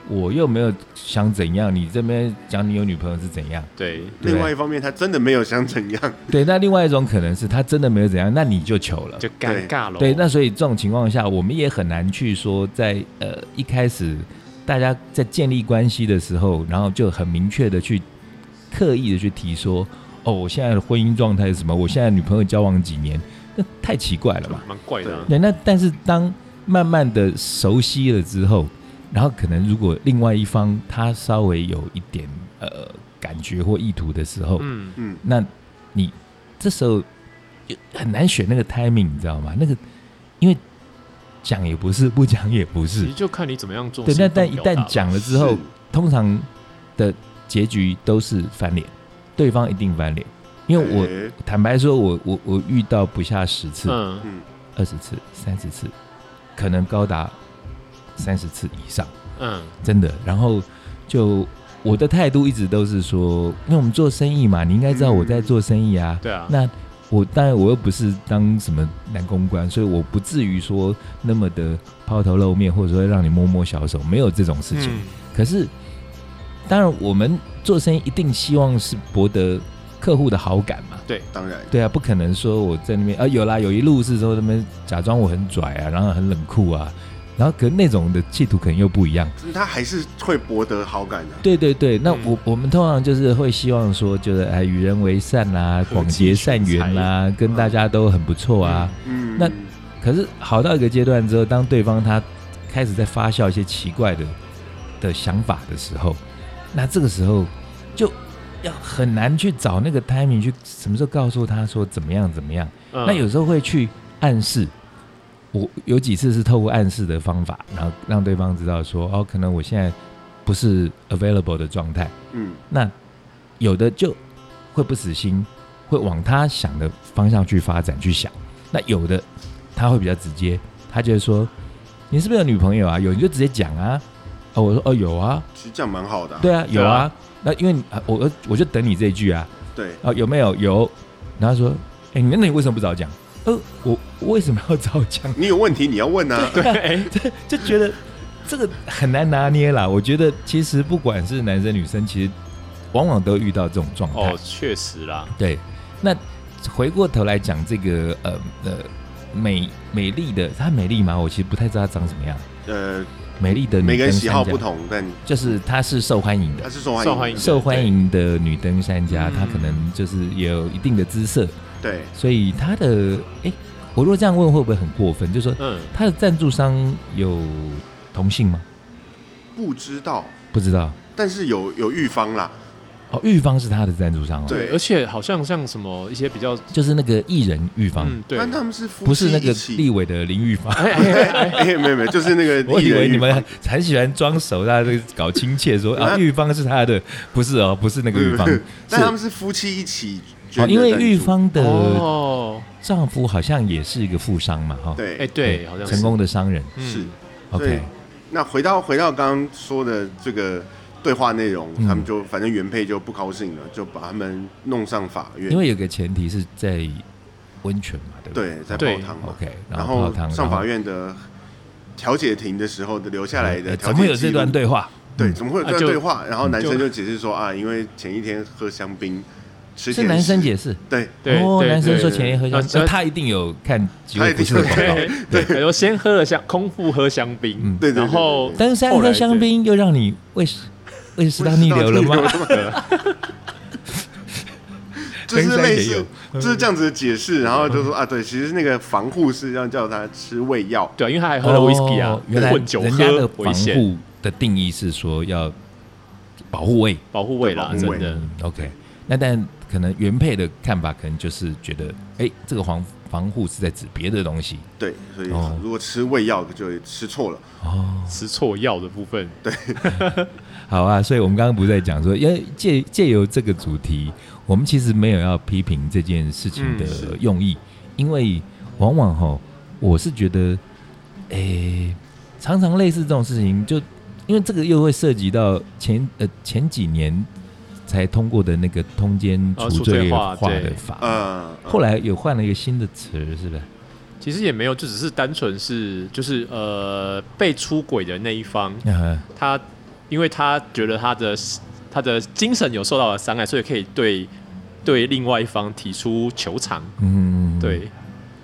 Speaker 3: 我又没有想怎样，你这边讲你有女朋友是怎样？
Speaker 2: 对，
Speaker 3: 对
Speaker 1: 另外一方面，他真的没有想怎样，
Speaker 3: 对，那另外一种可能是他真的没有怎样，那你就糗了。
Speaker 2: 就尴尬了。
Speaker 3: 对，那所以这种情况下，我们也很难去说在呃一开始大家在建立关系的时候，然后就很明确的去刻意的去提说，哦，我现在的婚姻状态是什么？我现在女朋友交往几年？那太奇怪了吧？
Speaker 2: 蛮怪的啊，
Speaker 3: 对，那但是当慢慢的熟悉了之后，然后可能如果另外一方他稍微有一点呃感觉或意图的时候，
Speaker 2: 嗯，
Speaker 1: 嗯，
Speaker 3: 那你这时候就很难选那个 timing，你知道吗？那个因为讲也不是，不讲也不
Speaker 2: 其
Speaker 3: 是
Speaker 2: 实，就看你怎么样做。
Speaker 3: 对。那但一旦，讲了之后，通常的结局都是翻脸，对方一定翻脸。因为我、
Speaker 1: 哎
Speaker 3: 坦白说，我我我遇到不下十次，
Speaker 2: 嗯，
Speaker 1: 嗯，
Speaker 3: 二十次、三十次，可能高达三十次以上，
Speaker 2: 嗯，
Speaker 3: 真的。然后就我的态度一直都是说，因为我们做生意嘛，你应该知道我在做生意啊。
Speaker 2: 对啊，
Speaker 3: 那我当然我又不是当什么男公关，所以我不至于说那么的抛头露面，或者说让你摸摸小手，没有这种事情。
Speaker 2: 嗯
Speaker 3: 可是，当然我们做生意一定希望是博得客户的好感嘛。
Speaker 1: 当然，
Speaker 3: 对啊，不可能说我在那边啊，有啦，有一路是说他们假装我很拽啊，然后很冷酷啊，然后可那种的企图可能又不一样。
Speaker 1: 他还是会博得好感啊的，
Speaker 3: 对对对，那
Speaker 2: 嗯
Speaker 3: 我、我们通常就是会希望说，就是哎与人为善啦、
Speaker 2: 和
Speaker 3: 广
Speaker 2: 气啊
Speaker 3: 结
Speaker 2: 生
Speaker 3: 善缘啦、跟大家都很不错啊。
Speaker 1: 嗯，
Speaker 3: 那可是好到一个阶段之后，当对方他开始在发酵一些奇怪的的想法的时候，那这个时候就要很难去找那个 timing 去什么时候告诉他说怎么样怎么样。
Speaker 2: 嗯
Speaker 3: 那有时候会去暗示，我有几次是透过暗示的方法，然后让对方知道说，哦，可能我现在不是 available 的状态。
Speaker 1: 嗯，
Speaker 3: 那有的就会不死心，会往他想的方向去发展去想。那有的他会比较直接，他就会说，你是不是有女朋友啊？有你就直接讲啊。哦，我说哦有啊，
Speaker 1: 其实这样蛮好的啊，
Speaker 3: 对啊有
Speaker 2: 对
Speaker 3: 啊
Speaker 2: 啊。
Speaker 3: 那因为你啊我我就等你这一句啊。
Speaker 1: 对，
Speaker 3: 啊，有没有？有。然后他说，哎、你那你为什么不早讲？呃，我我为什么要早讲？
Speaker 1: 你有问题你要问啊，
Speaker 2: 对，哎，
Speaker 3: 就觉得这个很难拿捏啦。我觉得其实不管是男生女生，其实往往都遇到这种状态。
Speaker 2: 哦，确实啦，
Speaker 3: 对，那回过头来讲这个呃呃美美丽的，她美丽吗？我其实不太知道她长什么样。
Speaker 1: 呃，
Speaker 3: 美丽的女
Speaker 1: 每个人
Speaker 3: 登
Speaker 1: 喜好
Speaker 3: 山家
Speaker 1: 不，同，但
Speaker 3: 就是她是受欢迎的
Speaker 1: 他。是受欢
Speaker 2: 受欢
Speaker 1: 的
Speaker 2: 迎
Speaker 3: 受欢迎的女登山家，
Speaker 2: 嗯
Speaker 3: 她可能就是也有一定的姿色，
Speaker 1: 对，
Speaker 3: 所以他的哎，我如果这样问会不会很过分？就说
Speaker 2: 嗯，
Speaker 3: 他的赞助商有同性吗？
Speaker 1: 不知道，
Speaker 3: 不知道
Speaker 1: 但是有有预方啦，
Speaker 3: 哦，玉芳是他的赞助商哦，
Speaker 1: 对
Speaker 2: 而且好像像什么一些比较，
Speaker 3: 就是那个艺人玉芳，
Speaker 2: 嗯，对，
Speaker 1: 但他们是夫妻
Speaker 3: 不是那个
Speaker 1: 一起
Speaker 3: 立委的林玉芳。
Speaker 1: 哎、没有没有，就是那 个
Speaker 3: 我
Speaker 1: 艺
Speaker 3: 以
Speaker 1: 人
Speaker 3: 为你
Speaker 1: 玉
Speaker 3: 们
Speaker 1: 芳
Speaker 3: 很喜欢装熟，大家都搞亲切说
Speaker 1: 那
Speaker 3: 啊，玉芳是他的，不是哦，不是那个玉芳，
Speaker 1: 不是
Speaker 3: 是
Speaker 1: 不是 但他们是夫妻一起捐
Speaker 3: 哦，
Speaker 1: 的
Speaker 3: 因为
Speaker 1: 赞助
Speaker 3: 玉芳的
Speaker 2: 哦，
Speaker 3: 丈夫好像也是一个富商嘛，哈，
Speaker 1: 对，
Speaker 2: 哎，对，好像是
Speaker 3: 成，功的商人。
Speaker 2: 嗯
Speaker 1: 是。所以
Speaker 3: ，OK，
Speaker 1: 那回到回到刚刚说的这个对话内容，
Speaker 3: 嗯
Speaker 1: 他们就反正原配就不高兴了，就把他们弄上法院，
Speaker 3: 因为有个前提是在温泉嘛，对不呃
Speaker 1: 对在泡
Speaker 2: 对
Speaker 1: 汤嘛，
Speaker 3: ？OK，
Speaker 1: 然
Speaker 3: 后
Speaker 1: 后
Speaker 3: 泡汤，
Speaker 1: 上
Speaker 3: 然后
Speaker 1: 法院的调解庭的时候留下来的
Speaker 3: 呃
Speaker 1: 调
Speaker 3: 怎么会
Speaker 1: 解
Speaker 3: 有
Speaker 1: 记
Speaker 3: 这
Speaker 1: 录
Speaker 3: 段，对话？
Speaker 1: 对，
Speaker 3: 嗯
Speaker 1: 怎么会有这
Speaker 2: 啊
Speaker 1: 段
Speaker 2: 就
Speaker 1: 对话？然后男生
Speaker 2: 就
Speaker 1: 就解释说啊，因为前一天喝香槟，吃
Speaker 3: 是
Speaker 1: 甜
Speaker 3: 男生
Speaker 1: 食
Speaker 3: 解释。
Speaker 1: 对。
Speaker 2: 对
Speaker 3: 哦，
Speaker 2: 对
Speaker 3: 男生
Speaker 2: 对
Speaker 3: 说前一喝
Speaker 2: 啊
Speaker 3: 香槟，
Speaker 2: 这
Speaker 3: 那他一定有看几
Speaker 1: 他
Speaker 3: 位
Speaker 1: 一
Speaker 3: 不
Speaker 1: 定
Speaker 3: 是的
Speaker 1: 有
Speaker 3: 广告。
Speaker 2: 对对，他说先喝了香，空腹喝香槟，
Speaker 3: 嗯
Speaker 1: 对对对
Speaker 2: 然后
Speaker 1: 对
Speaker 3: 但是三
Speaker 2: 后来
Speaker 3: 喝香槟又让你胃食胃食道逆流了吗？
Speaker 1: 就是
Speaker 3: 登山
Speaker 1: 类
Speaker 3: 也
Speaker 1: 似
Speaker 3: 有，嗯
Speaker 1: 就是这样子的解释，然后就说啊，对，其实那个防护是要叫他吃胃药，
Speaker 2: 对，因为他还喝了 whisky 啊
Speaker 3: 哦，原来
Speaker 2: 混酒
Speaker 3: 人家
Speaker 2: 喝
Speaker 3: 的
Speaker 2: 危
Speaker 3: 防
Speaker 2: 险，
Speaker 3: 护的定义是说要保护胃。
Speaker 2: 保护胃啦，
Speaker 1: 对保护胃
Speaker 2: 真的，
Speaker 3: 嗯，OK。那但可能原配的看法可能就是觉得，哎，这个防防护是在指别的东西
Speaker 1: 对，所以
Speaker 3: 哦
Speaker 1: 如果吃胃药就吃错了，
Speaker 3: 哦。
Speaker 2: 吃错药的部分，
Speaker 3: 好啊，所以我们刚刚不是在讲说，因为借借由这个主题，我们其实没有要批评这件事情的
Speaker 2: 嗯是
Speaker 3: 用意，因为往往哈，我是觉得，诶、常常类似这种事情，就因为这个又会涉及到前呃前几年才通过的那个通奸
Speaker 2: 哦
Speaker 3: 除
Speaker 2: 除罪
Speaker 3: 罪
Speaker 2: 化
Speaker 3: 化
Speaker 2: 对
Speaker 3: 的法，
Speaker 1: 呃，呃
Speaker 3: 哦后来有换了一个新的词，是不是？
Speaker 2: 其实也没有，就只是单纯是就是呃被出轨的那一方，
Speaker 3: 呃，
Speaker 2: 他因为他觉得他的他的精神有受到了伤害，所以可以对对另外一方提出求偿。
Speaker 3: 嗯，
Speaker 2: 对，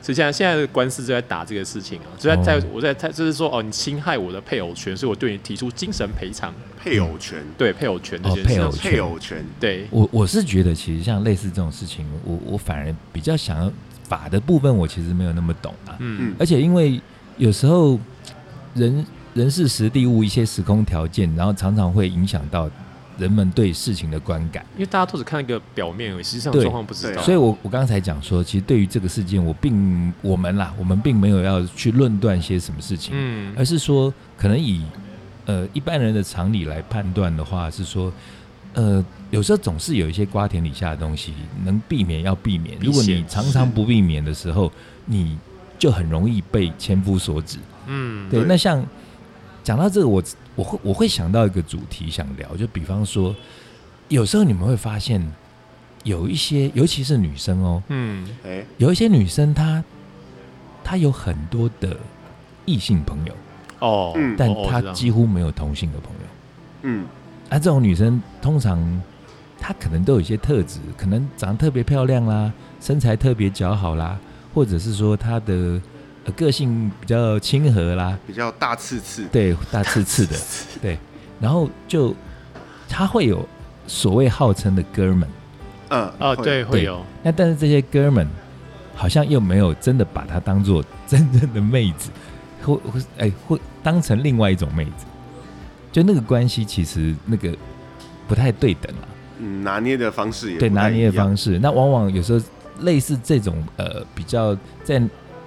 Speaker 2: 所以现在现在的官司就在打这个事情啊，就在
Speaker 3: 哦
Speaker 2: 在、我在在就是说哦，你侵害我的配偶权，所以我对你提出精神赔偿，
Speaker 1: 呃配偶权，
Speaker 2: 对配偶权这
Speaker 3: 哦
Speaker 2: 件事。
Speaker 3: 配偶权
Speaker 1: 配偶权，
Speaker 2: 对，
Speaker 3: 我我是觉得，其实像类似这种事情，我我反而比较想要法的部分，我其实没有那么懂啊。
Speaker 2: 嗯
Speaker 1: 嗯，
Speaker 3: 而且因为有时候人人事时地物一些时空条件，然后常常会影响到人们对事情的观感。
Speaker 2: 因为大家都只看一个表面而已，实际上
Speaker 3: 对
Speaker 2: 状况不知道。
Speaker 1: 对啊
Speaker 3: 所以我我刚才讲说，其实对于这个事件，我并我们啦，我们并没有要去论断些什么事情。
Speaker 2: 嗯
Speaker 3: 而是说可能以呃一般人的常理来判断的话，是说呃有时候总是有一些瓜田李下的东西，能避免要避免。
Speaker 2: 避
Speaker 3: 如果你
Speaker 2: 嫌
Speaker 3: 常常不避免的时候，你就很容易被千夫所指。
Speaker 2: 嗯，
Speaker 3: 对，
Speaker 1: 对
Speaker 3: 那像讲到这个，我我会我会想到一个主题想聊，就比方说，有时候你们会发现有一些，尤其是女生哦，
Speaker 2: 嗯
Speaker 1: 哎，
Speaker 3: 有一些女生她她有很多的异性朋友。
Speaker 2: 哦，
Speaker 1: 嗯
Speaker 3: 但
Speaker 2: 哦我
Speaker 3: 她
Speaker 2: 知道
Speaker 3: 几乎没有同性的朋友。
Speaker 1: 嗯，
Speaker 3: 那、这种女生通常她可能都有一些特质，可能长得特别漂亮啦，身材特别姣好啦，或者是说她的、呃、个性比较亲和啦，
Speaker 1: 比较大刺刺，
Speaker 3: 对，大刺刺的，对，然后就她会有所谓号称的哥们，
Speaker 1: 嗯，
Speaker 2: 哦，
Speaker 1: 会
Speaker 2: 对，
Speaker 3: 对
Speaker 2: 会有
Speaker 3: 那但是这些哥们好像又没有真的把她当做真正的妹子，或或是哎或当成另外一种妹子，就那个关系其实那个不太对等啊，
Speaker 1: 嗯，拿捏的方式也
Speaker 3: 对
Speaker 1: 不太
Speaker 3: 拿
Speaker 1: 一
Speaker 3: 捏的
Speaker 1: 样，
Speaker 3: 方式，那往往有时候类似这种呃比较在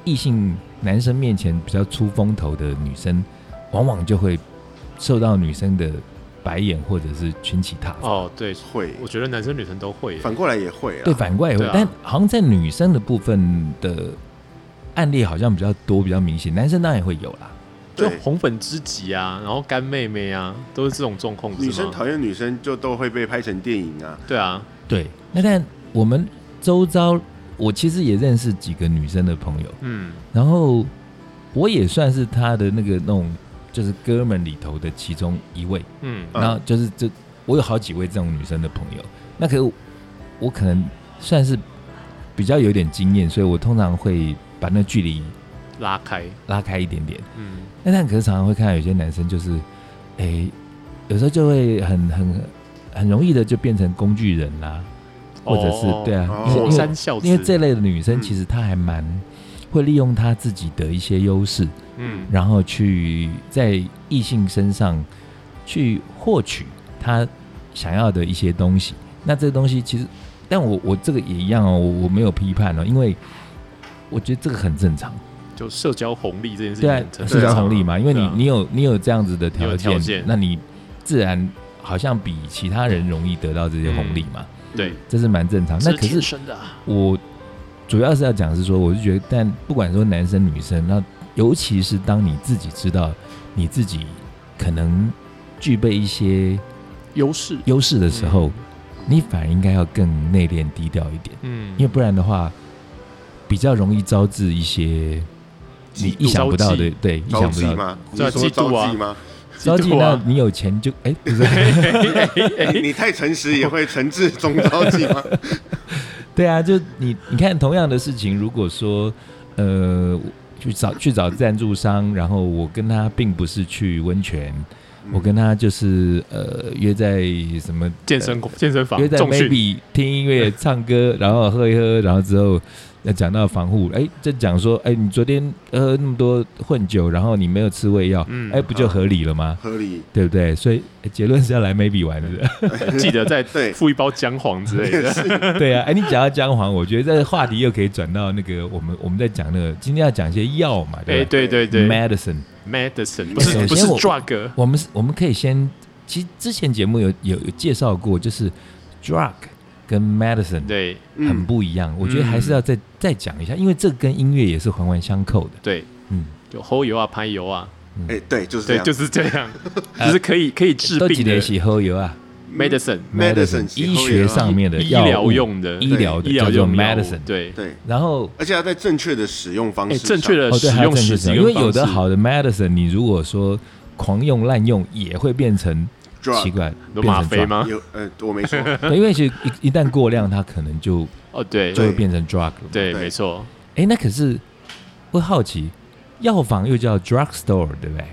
Speaker 3: 异性男生面前比较出风头的女生，往往就会受到女生的白眼或者是群起挞伐。
Speaker 2: 哦，对，
Speaker 1: 会，
Speaker 2: 我觉得男生女生都会耶，
Speaker 1: 反过来也会啊，
Speaker 3: 对，反过来也会，
Speaker 2: 对啊
Speaker 3: 但好像在女生的部分的案例好像比较多，比较明显。男生当然也会有啦，
Speaker 2: 就
Speaker 1: 对，
Speaker 2: 红粉知己啊，然后干妹妹啊，都是这种状况，不
Speaker 1: 女
Speaker 2: 是
Speaker 1: 生
Speaker 2: 吗？
Speaker 1: 讨厌女生就都会被拍成电影啊，
Speaker 2: 对啊，
Speaker 3: 对。那但我们周遭，我其实也认识几个女生的朋友，
Speaker 2: 嗯，
Speaker 3: 然后我也算是她的那个那种就是哥们里头的其中一位，
Speaker 2: 嗯，
Speaker 1: 嗯
Speaker 3: 然后就是这我有好几位这种女生的朋友，那可是我我可能算是比较有点经验，所以我通常会把那距离
Speaker 2: 拉开，
Speaker 3: 拉开一点点。
Speaker 2: 嗯，
Speaker 3: 那但可是常常会看到有些男生就是，诶、有时候就会很很很容易的就变成工具人啦、或者是、
Speaker 2: 哦
Speaker 3: 对啊，
Speaker 1: 哦
Speaker 3: 因为
Speaker 2: 火
Speaker 3: 因为
Speaker 2: 山孝子，
Speaker 3: 因为这类的女生
Speaker 1: 嗯
Speaker 3: 其实她还蛮会利用她自己的一些优势，
Speaker 2: 嗯
Speaker 3: 然后去在异性身上去获取她想要的一些东西。那这个东西其实，但我我这个也一样哦，我我没有批判哦，因为我觉得这个很正常，
Speaker 2: 就社交红利这件事情
Speaker 3: 对啊
Speaker 2: 很，正常，
Speaker 3: 社交红利嘛，因为你、
Speaker 2: 对啊
Speaker 3: 你有你有这样子的条
Speaker 2: 有
Speaker 3: 件，
Speaker 2: 条件
Speaker 3: 那你自然好像比其他人容易得到这些
Speaker 2: 嗯
Speaker 3: 红利嘛，
Speaker 2: 对，
Speaker 3: 这是蛮正常。那可是
Speaker 2: 生的啊，
Speaker 3: 我主要是要讲是说，我就觉得，但不管说男生女生，那尤其是当你自己知道你自己可能具备一些
Speaker 2: 优势
Speaker 3: 优势的时候，，你反而应该要更内敛低调一点，
Speaker 2: 嗯，
Speaker 3: 因为不然的话，比较容易招致一些你意想不到
Speaker 2: 招
Speaker 3: 的
Speaker 2: 忌，
Speaker 3: 对意
Speaker 1: 招
Speaker 3: 想不
Speaker 1: 忌
Speaker 3: 到的
Speaker 1: 吗？你
Speaker 2: 对啊
Speaker 1: 是说
Speaker 2: 嫉妒啊
Speaker 1: 招忌吗？
Speaker 3: 招
Speaker 2: 嫉
Speaker 3: 忌。
Speaker 2: 妒
Speaker 3: 那
Speaker 2: 啊
Speaker 3: 你有钱就哎，不是
Speaker 1: 你你太诚实也会诚挚中招忌吗？
Speaker 3: 对啊，就你你看同样的事情，如果说呃去找去找赞助商，然后我跟他并不是去温泉，
Speaker 2: 嗯
Speaker 3: 我跟他就是呃约在什么
Speaker 2: 健身健身房
Speaker 3: 约在
Speaker 2: 啊重训，
Speaker 3: maybe 听音乐、唱歌，然后喝一喝，然后之后要讲到防护，哎，就讲说哎你昨天喝那么多混酒，然后你没有吃胃药，
Speaker 2: 嗯
Speaker 3: 哎不就合理了吗？
Speaker 1: 合理，
Speaker 3: 对不对？所以哎结论是要来 maybe 玩的。
Speaker 2: 记得再
Speaker 1: 对
Speaker 2: 附一包姜黄之类的，
Speaker 3: 对啊，哎，你讲到姜黄，我觉得这个话题又可以转到那个我们我们在讲那个今天要讲一些药嘛，
Speaker 2: 哎，
Speaker 3: 对吧、
Speaker 2: 对对对
Speaker 3: Medicine，
Speaker 2: ，medicine 不是
Speaker 3: 首
Speaker 2: 不是
Speaker 3: 先我
Speaker 2: drug，
Speaker 3: 我们是我们可以先，其实之前节目有有有介绍过，就是 drug 跟 medicine
Speaker 2: 对嗯
Speaker 3: 很不一样，我觉得还是要再、再讲一下，因为这跟音乐也是环环相扣的。
Speaker 2: 对，
Speaker 3: 嗯，
Speaker 2: 就齁油啊、拍油啊，
Speaker 1: 哎，对，就是这
Speaker 2: 对，
Speaker 1: 样，
Speaker 2: 就是这 样，就是可以可以治
Speaker 3: 都
Speaker 2: 病
Speaker 3: 呃几
Speaker 2: 的
Speaker 3: 年洗喝油啊
Speaker 2: medicine，
Speaker 1: medicine，啊
Speaker 3: 医学上面的
Speaker 2: 啊医
Speaker 3: 药物
Speaker 2: 疗用的
Speaker 3: 医疗的
Speaker 2: 医疗
Speaker 3: 叫做
Speaker 2: 用药物
Speaker 3: medicine，
Speaker 2: 对，
Speaker 1: 对，
Speaker 3: 然后
Speaker 1: 而且要在正确的使用方
Speaker 2: 哎，
Speaker 1: 式上，
Speaker 2: 正确的
Speaker 3: 哦，对，
Speaker 2: 使
Speaker 3: 还有
Speaker 2: 用
Speaker 3: 正确
Speaker 2: 时
Speaker 3: 使
Speaker 2: 机，
Speaker 3: 用，因为有的，好的 medicine，你如果说狂用滥用，也会变成奇
Speaker 1: drug
Speaker 3: 怪，
Speaker 2: 有
Speaker 3: 变
Speaker 2: 吗
Speaker 3: 成
Speaker 2: 啡
Speaker 3: drug？
Speaker 2: 吗？
Speaker 1: 有呃，我没 说，
Speaker 3: 对因为其实一一旦过量，它可能就
Speaker 2: 哦，对
Speaker 3: 就
Speaker 1: 对
Speaker 3: 会变成 drug 了。
Speaker 2: 对，
Speaker 1: 对
Speaker 2: 没错，
Speaker 3: 哎，那可是会好奇，药房又叫 drug store，对不对？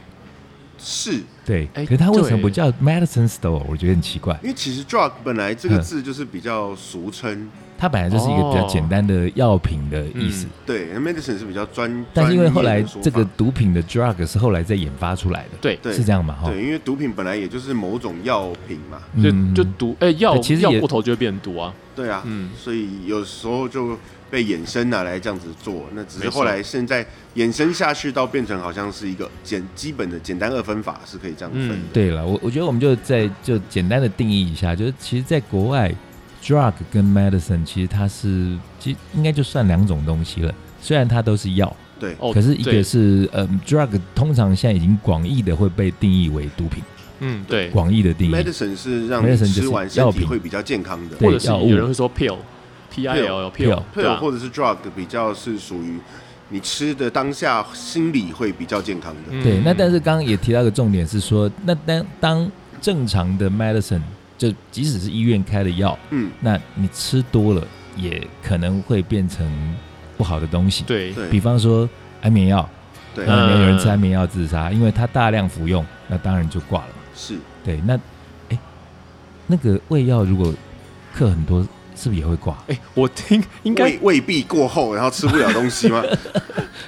Speaker 1: 是
Speaker 3: 对，
Speaker 2: 诶
Speaker 3: 可是它为什
Speaker 2: 对
Speaker 3: 么不叫 medicine store？我觉得很奇怪。
Speaker 1: 因为其实 drug 本来这个
Speaker 3: 嗯
Speaker 1: 字就是比较俗 称，
Speaker 3: 它本来就是一个比较
Speaker 2: 哦
Speaker 3: 简单的药品的意思，
Speaker 2: 嗯
Speaker 1: 对，medicine 是比较专，
Speaker 3: 但是因为后
Speaker 1: 专
Speaker 3: 来
Speaker 1: 业的说法
Speaker 3: 这个哦毒品的 drug 是后来再研发出来的，
Speaker 2: 对，
Speaker 1: 对
Speaker 3: 是这样嘛？哈，
Speaker 1: 对，因为毒品本来也就是某种药品嘛，
Speaker 2: 就
Speaker 3: 嗯
Speaker 2: 就毒，哎，药
Speaker 3: 对其实
Speaker 2: 药
Speaker 3: 也
Speaker 2: 过头就会变毒啊，
Speaker 1: 对啊，
Speaker 2: 嗯
Speaker 1: 所以有时候就被衍生拿来这样子做，那只
Speaker 2: 没
Speaker 1: 是
Speaker 2: 错
Speaker 1: 后来现在衍生下去到变成好像是一个简基本的简单二分法是可以这样分的，
Speaker 2: 嗯
Speaker 3: 对了，我我觉得我们就再就简单的定义一下，就是其实在国外，drug 跟 medicine 其实它是其实应该就算两种东西了，虽然它都是药，
Speaker 1: 对
Speaker 2: 哦，
Speaker 3: 可是一
Speaker 2: 对
Speaker 3: 个是呃 drug，通常现在已经广义的会被定义为毒品，
Speaker 2: 嗯，对，
Speaker 3: 广义的定义。
Speaker 1: ，medicine 是让你
Speaker 3: medicine 就是
Speaker 1: 吃完身
Speaker 3: 药
Speaker 1: 体
Speaker 3: 品
Speaker 1: 会比较健康的，
Speaker 3: 对
Speaker 2: 或者是
Speaker 3: 药物
Speaker 2: 有人会说 pill，p i l l
Speaker 3: pill
Speaker 2: pill，对啊
Speaker 1: 或者是 drug 比较是属于你吃的当下心理会比较健康的，
Speaker 2: 嗯
Speaker 3: 对，那但是刚刚也提到一个重点是说，那当当正常的 medicine，就即使是医院开的药，
Speaker 1: 嗯，
Speaker 3: 那你吃多了也可能会变成不好的东西，
Speaker 2: 对
Speaker 1: 对，
Speaker 3: 比方说安眠药。
Speaker 1: 对，
Speaker 3: 那
Speaker 2: 嗯？
Speaker 3: 有人吃安眠药自杀，因为他大量服用，那当然就挂了嘛。
Speaker 1: 是
Speaker 3: 对，那哎，那个胃药如果克很多，是不是也会挂
Speaker 2: 哎，我听应该
Speaker 1: 胃胃壁过后，然后吃不了东西 吗？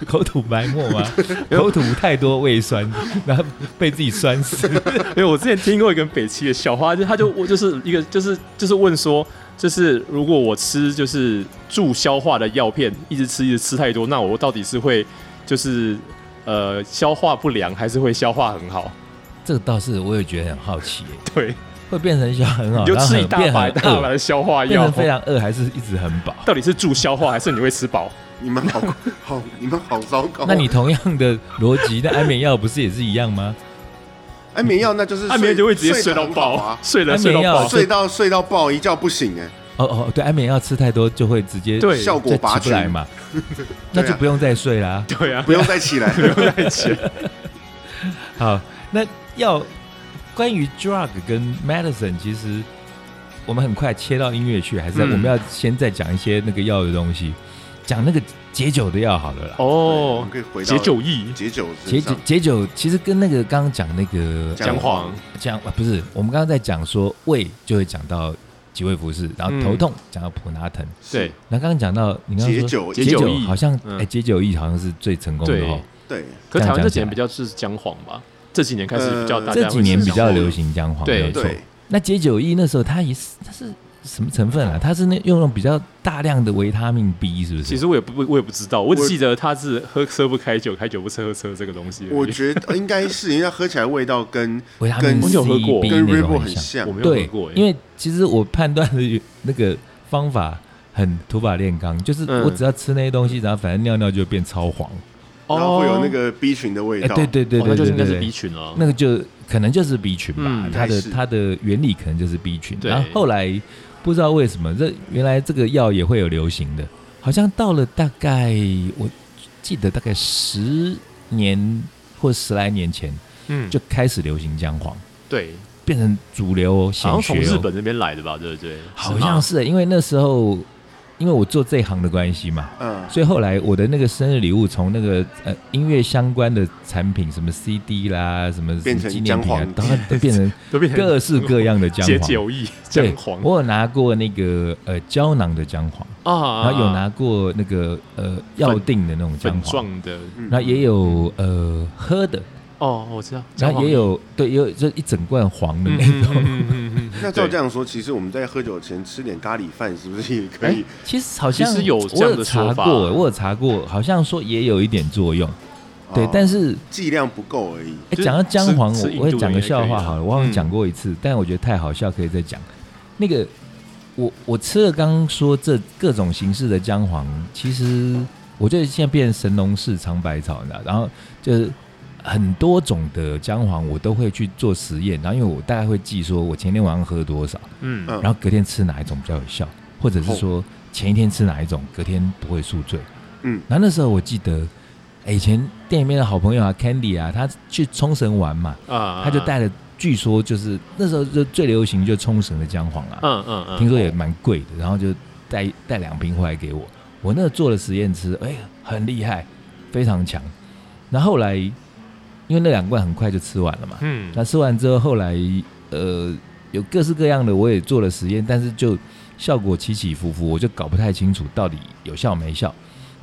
Speaker 3: 口吐白沫吗？ 口吐太多胃酸， 然后被自己酸死。
Speaker 2: 因 为我之前听过一个北七的小花，就他就我就是一个就是就是问说，就是如果我吃就是助消化的药片，一直吃一直吃太多，那我到底是会就是呃消化不良，还是会消化很好？
Speaker 3: 这个倒是我也觉得很好奇耶，
Speaker 2: 对，
Speaker 3: 会变成小很好，
Speaker 2: 你就
Speaker 3: 然后
Speaker 2: 吃
Speaker 3: 很
Speaker 2: 一大
Speaker 3: 变
Speaker 2: 把
Speaker 3: 很
Speaker 2: 一大把
Speaker 3: 饿
Speaker 2: 的消化
Speaker 3: 变
Speaker 2: 药
Speaker 3: 成，非常饿，还是一直很 饱？
Speaker 2: 到底是助消化，还是你会吃饱？
Speaker 1: 你们好好，你们好糟
Speaker 2: 哦
Speaker 1: 糕。啊
Speaker 3: 那你同样的逻辑，那安眠药不是也是一样吗？
Speaker 1: 安眠哎药那就是睡
Speaker 2: 安啊眠就会直接睡
Speaker 1: 睡得
Speaker 2: 到
Speaker 1: 很好
Speaker 2: 爆
Speaker 1: 啊，，
Speaker 2: 睡了
Speaker 3: 安
Speaker 2: 睡
Speaker 3: 眠
Speaker 2: 到
Speaker 3: 药
Speaker 2: 爆，
Speaker 1: 睡到睡到爆，一觉不醒哎，
Speaker 3: 哦哦，对，安眠药吃太多就会直接
Speaker 2: 对
Speaker 1: 效果
Speaker 3: 再
Speaker 1: 拔
Speaker 3: 起不
Speaker 1: 群，
Speaker 3: 来嘛， 那
Speaker 2: 啊
Speaker 3: 就不用再睡啦、
Speaker 2: 对啊，
Speaker 1: 不用再起来。
Speaker 2: 不用再吃。
Speaker 3: 好，那要关于 drug 跟 medicine，其实我们很快切到音乐去，还是要
Speaker 2: 嗯
Speaker 3: 我们要先再讲一些那个药的东西，讲那个解酒的药好了啦。
Speaker 1: 我
Speaker 2: 哦啊
Speaker 1: 们，可以回到
Speaker 2: 解酒意，
Speaker 1: 解酒
Speaker 3: 解
Speaker 1: 身
Speaker 3: 酒
Speaker 1: 上
Speaker 3: 解酒其实跟那个刚刚讲那个
Speaker 1: 姜
Speaker 2: 姜黄，
Speaker 3: 讲啊不是，我们刚刚在讲说胃就会讲到几味服饰，然后头痛讲到普拿疼，
Speaker 2: 对，
Speaker 3: 那刚刚讲到你刚刚
Speaker 1: 解
Speaker 3: 说
Speaker 1: 酒
Speaker 2: 嗯解
Speaker 1: 酒
Speaker 2: 酒
Speaker 3: 酒
Speaker 2: 液
Speaker 3: 好像
Speaker 2: 嗯
Speaker 3: 哎解酒液好像是最成功的
Speaker 2: 对
Speaker 3: 哦，
Speaker 1: 对
Speaker 2: 可是台湾这几
Speaker 3: 这
Speaker 2: 年
Speaker 3: 样讲起来
Speaker 2: 比较是姜黄吧，这几年开始比较大
Speaker 1: 呃
Speaker 2: 家会
Speaker 3: 这几年
Speaker 2: 吃
Speaker 3: 比较
Speaker 2: 姜黄
Speaker 3: 流行姜黄，
Speaker 2: 对
Speaker 3: 没有错。
Speaker 1: 对，
Speaker 3: 那解酒液那时候它也是，它是什么成分啊？它是那用那种比较大量的维他命 B，是不是？
Speaker 2: 其实我也不我也不知道，我只记得他是喝车不开酒，开酒不吃喝车这个东西而已。
Speaker 1: 我觉得应该是，因为它喝起来味道 跟
Speaker 3: 维他
Speaker 1: 跟
Speaker 3: 命
Speaker 2: 我
Speaker 3: C
Speaker 2: 有喝过
Speaker 3: B
Speaker 1: 跟
Speaker 3: 那
Speaker 1: Red
Speaker 3: 种
Speaker 1: Bull
Speaker 3: 很
Speaker 1: 很
Speaker 3: 像。
Speaker 1: 像
Speaker 2: 我。没有喝
Speaker 3: 对
Speaker 2: 过耶，，
Speaker 3: 因为其实我判断的那个方法很土法炼钢，就是
Speaker 2: 嗯
Speaker 3: 我只要吃那些东西，然后反正尿尿就会变超黄。
Speaker 1: 然后会有那
Speaker 2: 哦，
Speaker 1: 个 B 群的味
Speaker 3: 哎，
Speaker 1: 道。
Speaker 3: 对对对
Speaker 2: 哦那
Speaker 3: 对
Speaker 2: 就
Speaker 3: 对
Speaker 2: 应该是
Speaker 3: 对
Speaker 2: B
Speaker 3: 对，
Speaker 2: 群了。
Speaker 3: 那个就可能就是 B 群吧
Speaker 2: 嗯，
Speaker 3: 它
Speaker 1: 应该
Speaker 3: 的
Speaker 1: 是
Speaker 3: 它的原理可能就是 B 群。
Speaker 2: 对
Speaker 3: 然后后来不知道为什么，这原来这个药也会有流行的，好像到了大概我记得大概十年或十来年前
Speaker 2: 嗯，
Speaker 3: 就开始流行姜黄，
Speaker 2: 对，
Speaker 3: 变成主流哦，显
Speaker 2: 好像
Speaker 3: 学
Speaker 2: 从日
Speaker 3: 哦。
Speaker 2: 本那边来的吧，对不对？
Speaker 3: 好像
Speaker 2: 是
Speaker 3: 是、因为那时候因为我做这一行的关系嘛，
Speaker 1: 嗯，
Speaker 3: 所以后来我的那个生日礼物从那个呃音乐相关的产品，什么 CD 啦，什么
Speaker 1: 变成
Speaker 3: 纪念品
Speaker 1: 姜
Speaker 3: 啊
Speaker 1: 黄，
Speaker 3: 然后都变成
Speaker 2: 吗都 变成
Speaker 3: 各式各样的姜
Speaker 2: 解
Speaker 3: 黄。
Speaker 2: 酒意姜
Speaker 3: 对
Speaker 2: 黄
Speaker 3: 我有拿过那个呃胶囊的姜黄，
Speaker 2: 啊，
Speaker 3: 然后有拿过那个呃药定的那种姜
Speaker 2: 粉
Speaker 3: 黄，
Speaker 2: 状的
Speaker 1: 嗯
Speaker 3: 然后也有呃喝的，
Speaker 2: 哦，我知道，
Speaker 3: 然后也有对，也有就一整罐黄的
Speaker 2: 姜
Speaker 3: 那
Speaker 2: 黄。嗯
Speaker 3: 种。
Speaker 2: 嗯嗯嗯嗯
Speaker 1: 那照这样说，其实我们在喝酒前吃点咖喱饭，是不是也
Speaker 3: 哎
Speaker 1: 可以？
Speaker 3: 其实好像
Speaker 2: 其实有这
Speaker 3: 我
Speaker 2: 样
Speaker 3: 有
Speaker 2: 的
Speaker 3: 查
Speaker 2: 说法
Speaker 3: 过，我有查过，好像说也有一点作用。对
Speaker 1: 哦，
Speaker 3: 但是
Speaker 1: 剂量不够而已。
Speaker 3: 哎
Speaker 2: 就是
Speaker 3: 讲到姜黄，
Speaker 2: 吃
Speaker 3: 我
Speaker 2: 吃印
Speaker 3: 我会
Speaker 2: 度
Speaker 3: 讲
Speaker 2: 人
Speaker 3: 个
Speaker 2: 也
Speaker 3: 笑
Speaker 2: 可以
Speaker 3: 话
Speaker 2: 啦
Speaker 3: 好了，我好
Speaker 2: 嗯
Speaker 3: 像讲过一次，但我觉得太好笑，可以再讲。那个我我吃了刚刚说这各种形式的姜黄，其实我觉得现在变成神农氏尝百草，你知道，然后就是。很多种的姜黄，我都会去做实验，然后因为我大概会记说，我前天晚上喝多少，
Speaker 2: 嗯哦嗯
Speaker 1: 嗯
Speaker 3: 然后隔天吃哪一种比较有效，或者是说前一天吃哪一种，隔天不会宿醉。
Speaker 1: 嗯，
Speaker 3: 然后那时候我记得，哎以前店里面的好朋友啊，Candy 啊，他去冲绳玩嘛，
Speaker 2: 啊，
Speaker 3: 他就带了，据说就是那时候就最流行就冲绳的姜黄啊，
Speaker 2: 嗯嗯嗯，
Speaker 3: 听说也蛮贵的，然后就带带两瓶回来给我，我那个做了实验吃，哎，很厉害，非常强。然后后来因为那两罐很快就吃完了嘛，
Speaker 2: 嗯，
Speaker 3: 那吃完之后，后来呃有各式各样的，我也做了实验，但是就效果起起伏伏，我就搞不太清楚到底有效没效。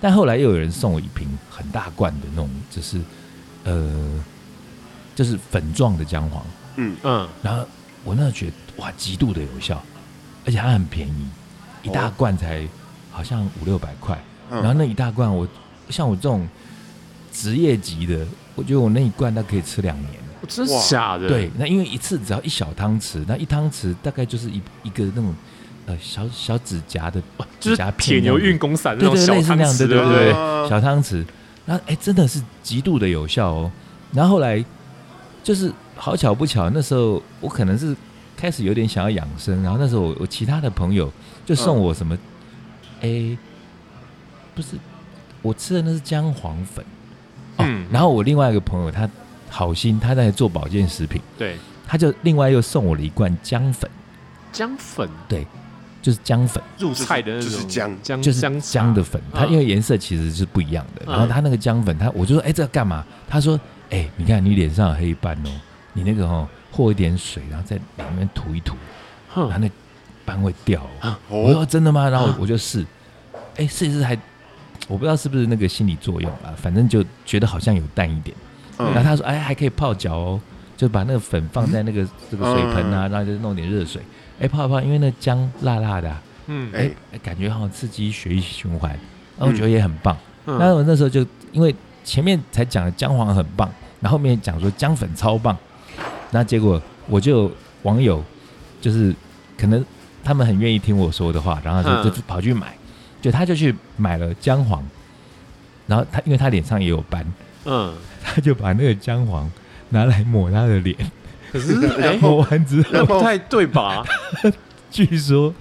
Speaker 3: 但后来又有人送我一瓶很大罐的那种，就是呃就是粉状的姜黄，
Speaker 2: 嗯
Speaker 3: 然后我那觉得哇极度的有效，而且它很便宜，一大
Speaker 1: 哦
Speaker 3: 罐才好像五六百块。
Speaker 1: 嗯
Speaker 3: 然后那一大罐我像我这种职业级的，我觉得我那一罐它可以吃两年。
Speaker 2: 我哦真
Speaker 1: 哇
Speaker 2: 假的？
Speaker 3: 对，那因为一次只要一小汤匙，那一汤匙大概就是一一个那种呃小小指甲的，
Speaker 2: 就是
Speaker 3: 指甲
Speaker 2: 铁
Speaker 3: 片那
Speaker 2: 牛
Speaker 3: 样子
Speaker 2: 运功散那
Speaker 3: 对
Speaker 2: 种
Speaker 3: 对，
Speaker 2: 小
Speaker 3: 类似
Speaker 2: 汤
Speaker 3: 那样，
Speaker 2: 匙，
Speaker 3: 对
Speaker 2: 不
Speaker 3: 对
Speaker 2: 对？
Speaker 1: 啊，
Speaker 3: 小汤匙。然后哎，真的是极度的有效哦。然后后来就是好巧不巧，那时候我可能是开始有点想要养生，然后那时候我我其他的朋友就
Speaker 2: 嗯
Speaker 3: 送我什么，哎、不是我吃的那是姜黄粉，哦、
Speaker 2: 嗯
Speaker 3: 然后我另外一个朋友他好心，他在做保健食品。
Speaker 2: 对，
Speaker 3: 他就另外又送我了一罐姜粉，
Speaker 2: 姜粉
Speaker 3: 就是姜粉，
Speaker 2: 入菜的那种，
Speaker 1: 就是就是姜
Speaker 2: 姜
Speaker 3: 就
Speaker 2: 嗯
Speaker 3: 是
Speaker 2: 姜茶
Speaker 3: 姜的粉。它
Speaker 2: 嗯
Speaker 3: 因为颜色其实是不一样的，
Speaker 2: 嗯
Speaker 3: 然后它那个姜粉，它我就说，哎，这个干嘛？他说，哎，你看你脸上有黑斑哦，你那个哦和一点水，然后在里面涂一涂，然后
Speaker 2: 哼
Speaker 3: 那斑会掉哦、
Speaker 2: 啊
Speaker 3: 我
Speaker 1: 哦
Speaker 3: 说真的吗？然后
Speaker 2: 啊
Speaker 3: 我我就试，哎，试一试还，我不知道是不是那个心理作用啦，反正就觉得好像有淡一点。然后
Speaker 1: 嗯，
Speaker 3: 他说，哎，还可以泡脚哦，就把那个粉放在那个这个水盆
Speaker 1: 嗯
Speaker 3: 啊，然后就弄点热水，哎，泡一泡，因为那姜辣辣的、啊。
Speaker 2: 嗯
Speaker 1: 哎
Speaker 3: 哎、感觉好像刺激血液循环，然后
Speaker 1: 嗯
Speaker 3: 我觉得也很棒。
Speaker 2: 嗯
Speaker 3: 那我那时候就因为前面才讲了姜黄很棒，然后后面讲说姜粉超棒，那结果我就有网友就是可能他们很愿意听我说的话，然后
Speaker 2: 嗯
Speaker 3: 就就跑去买，就他就去买了姜黄，然后他因为他脸上也有斑，
Speaker 2: 嗯，
Speaker 3: 他就把那个姜黄拿来抹他的脸，
Speaker 2: 可是哎，
Speaker 3: 抹完之后
Speaker 2: 那不太对吧？
Speaker 3: 据说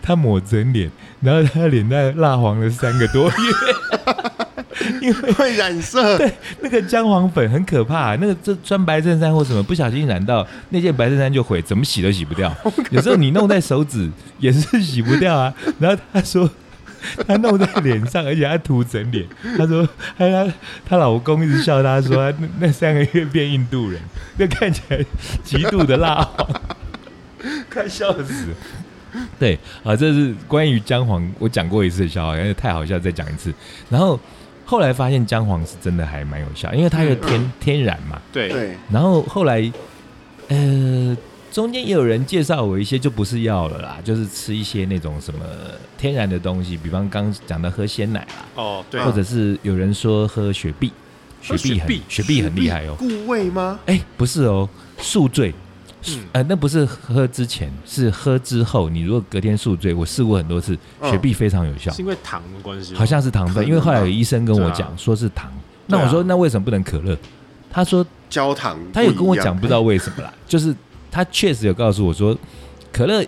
Speaker 3: 他抹整脸，然后他的脸在蜡黄了三个多月， 因为
Speaker 1: 会染色。
Speaker 3: 那个姜黄粉很可怕、那个这穿白衬衫或什么不小心染到，那件白衬衫就毁，怎么洗都洗不掉。有时候你弄在手指也是洗不掉啊。然后他说。他弄在脸上，而且他涂整脸。他说，他他她老公一直笑他说，他那那三个月变印度人，那看起来极度的蜡黄。快笑死！对啊，这是关于姜黄，我讲过一次的笑话，因为太好笑，再讲一次。然后后来发现姜黄是真的还蛮有效，因为它又天、天然嘛。
Speaker 2: 对，
Speaker 1: 对，
Speaker 3: 然后后来，呃，中间也有人介绍我一些就不是药了啦，就是吃一些那种什么天然的东西，比方刚讲的喝鲜奶啦，
Speaker 2: 哦，对，
Speaker 1: 啊
Speaker 3: 或者是有人说喝雪碧，
Speaker 2: 喝雪
Speaker 3: 雪碧很
Speaker 2: 碧
Speaker 3: 雪碧很厉害哦。
Speaker 1: 固胃吗？
Speaker 3: 哎，不是哦，宿醉，
Speaker 1: 嗯
Speaker 3: 呃，那不是喝之前，是喝之后。你如果隔天宿醉，我试过很多次，
Speaker 2: 嗯
Speaker 3: 雪碧非常有效
Speaker 2: 是，因为糖的关系吗，
Speaker 3: 好像是糖
Speaker 1: 可能
Speaker 3: 分，因为后来
Speaker 1: 吧
Speaker 3: 有医生跟我
Speaker 2: 对啊
Speaker 3: 讲说是糖，
Speaker 2: 对
Speaker 3: 那
Speaker 2: 啊
Speaker 3: 我说那为什么不能可乐？他说
Speaker 1: 焦糖不一样，
Speaker 3: 他有跟我讲，不知道为什么啦，就是他确实有告诉我说，可乐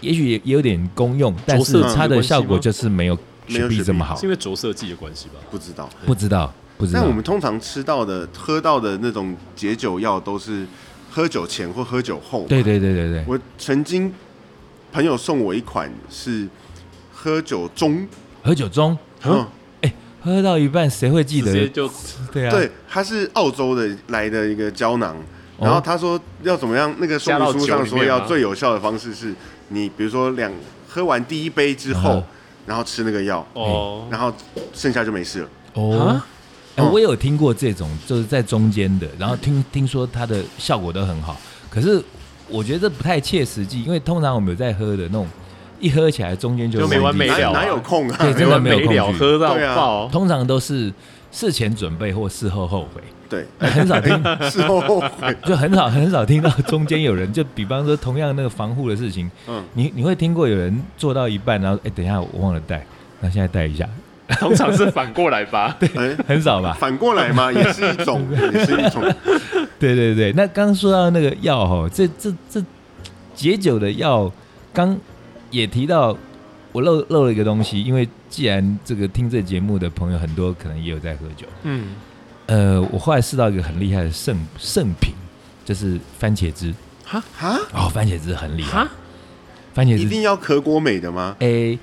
Speaker 3: 也许也也有点功用，但
Speaker 2: 着
Speaker 3: 是
Speaker 2: 色剂
Speaker 3: 它
Speaker 2: 的
Speaker 3: 的
Speaker 2: 关系
Speaker 3: 效果
Speaker 2: 吗
Speaker 3: 就是没有
Speaker 1: 没有
Speaker 3: 雪碧
Speaker 1: 雪
Speaker 3: 这么
Speaker 1: 碧
Speaker 3: 好
Speaker 2: 是，因为着色剂的关系吧？
Speaker 1: 不知道。
Speaker 3: 不知道不知道
Speaker 1: 但我。们通常吃到的、喝到的那种解酒药，都是喝酒前或喝酒后。
Speaker 3: 对，对对对对，
Speaker 1: 我曾经朋友送我一款是喝酒中，
Speaker 3: 喝酒中，
Speaker 1: 嗯，
Speaker 3: 哎，喝到一半谁会记
Speaker 2: 直接
Speaker 3: 得？
Speaker 2: 就
Speaker 3: 对啊，
Speaker 1: 对，它是澳洲的来的一个胶囊。
Speaker 3: 哦
Speaker 1: 然后他说要怎么样？那个说明书上说
Speaker 2: 加到酒里面
Speaker 1: 要
Speaker 2: 吗
Speaker 1: 最有效的方式是，你比如说两喝完第一杯之后
Speaker 3: 嗯，
Speaker 1: 然后吃那个药，
Speaker 3: 哎
Speaker 2: 哦，
Speaker 1: 然后剩下就没事了。
Speaker 3: 哦
Speaker 2: 啊。
Speaker 3: 哎
Speaker 1: 嗯
Speaker 3: 我有听过这种，就是在中间的，然后听听说它的效果都很好，可是我觉得这不太切实际，因为通常我们有在喝的那种，一喝起来中间就
Speaker 2: 就没完
Speaker 3: 忘记
Speaker 2: 没
Speaker 1: 哪
Speaker 2: 了啊
Speaker 1: 哪有空啊？
Speaker 3: 对真的没有
Speaker 2: 没
Speaker 3: 空
Speaker 2: 了，
Speaker 3: 虚
Speaker 2: 喝到
Speaker 1: 对啊
Speaker 2: 爆，
Speaker 3: 通常都是事前准备或事后后悔，
Speaker 1: 对，
Speaker 3: 很少听，
Speaker 1: 事后后 悔。
Speaker 3: 就很少很少听到中间有人，就比方说同样那个防护的事情，
Speaker 1: 嗯，
Speaker 3: 你你会听过有人做到一半，然后哎、等一下我忘了带， 那现在带一下，
Speaker 2: 通常是反过来 吧？对，
Speaker 1: 哎，
Speaker 3: 很少吧？
Speaker 1: 反过来嘛，也是一种，也是一种。
Speaker 3: 对对对，那刚说到那个药哈，这这这解酒的药，刚也提到我漏漏了一个东西，因为既然这个听这节目的朋友很多可能也有在喝酒，
Speaker 2: 嗯，
Speaker 3: 呃，我后来试到一个很厉害的圣圣品，就是番茄汁。
Speaker 1: 哈，
Speaker 3: 哦，番茄汁很厉害
Speaker 2: 哈，，
Speaker 3: 番茄
Speaker 1: 一
Speaker 3: 汁
Speaker 1: 定要可果美的吗？
Speaker 3: 诶，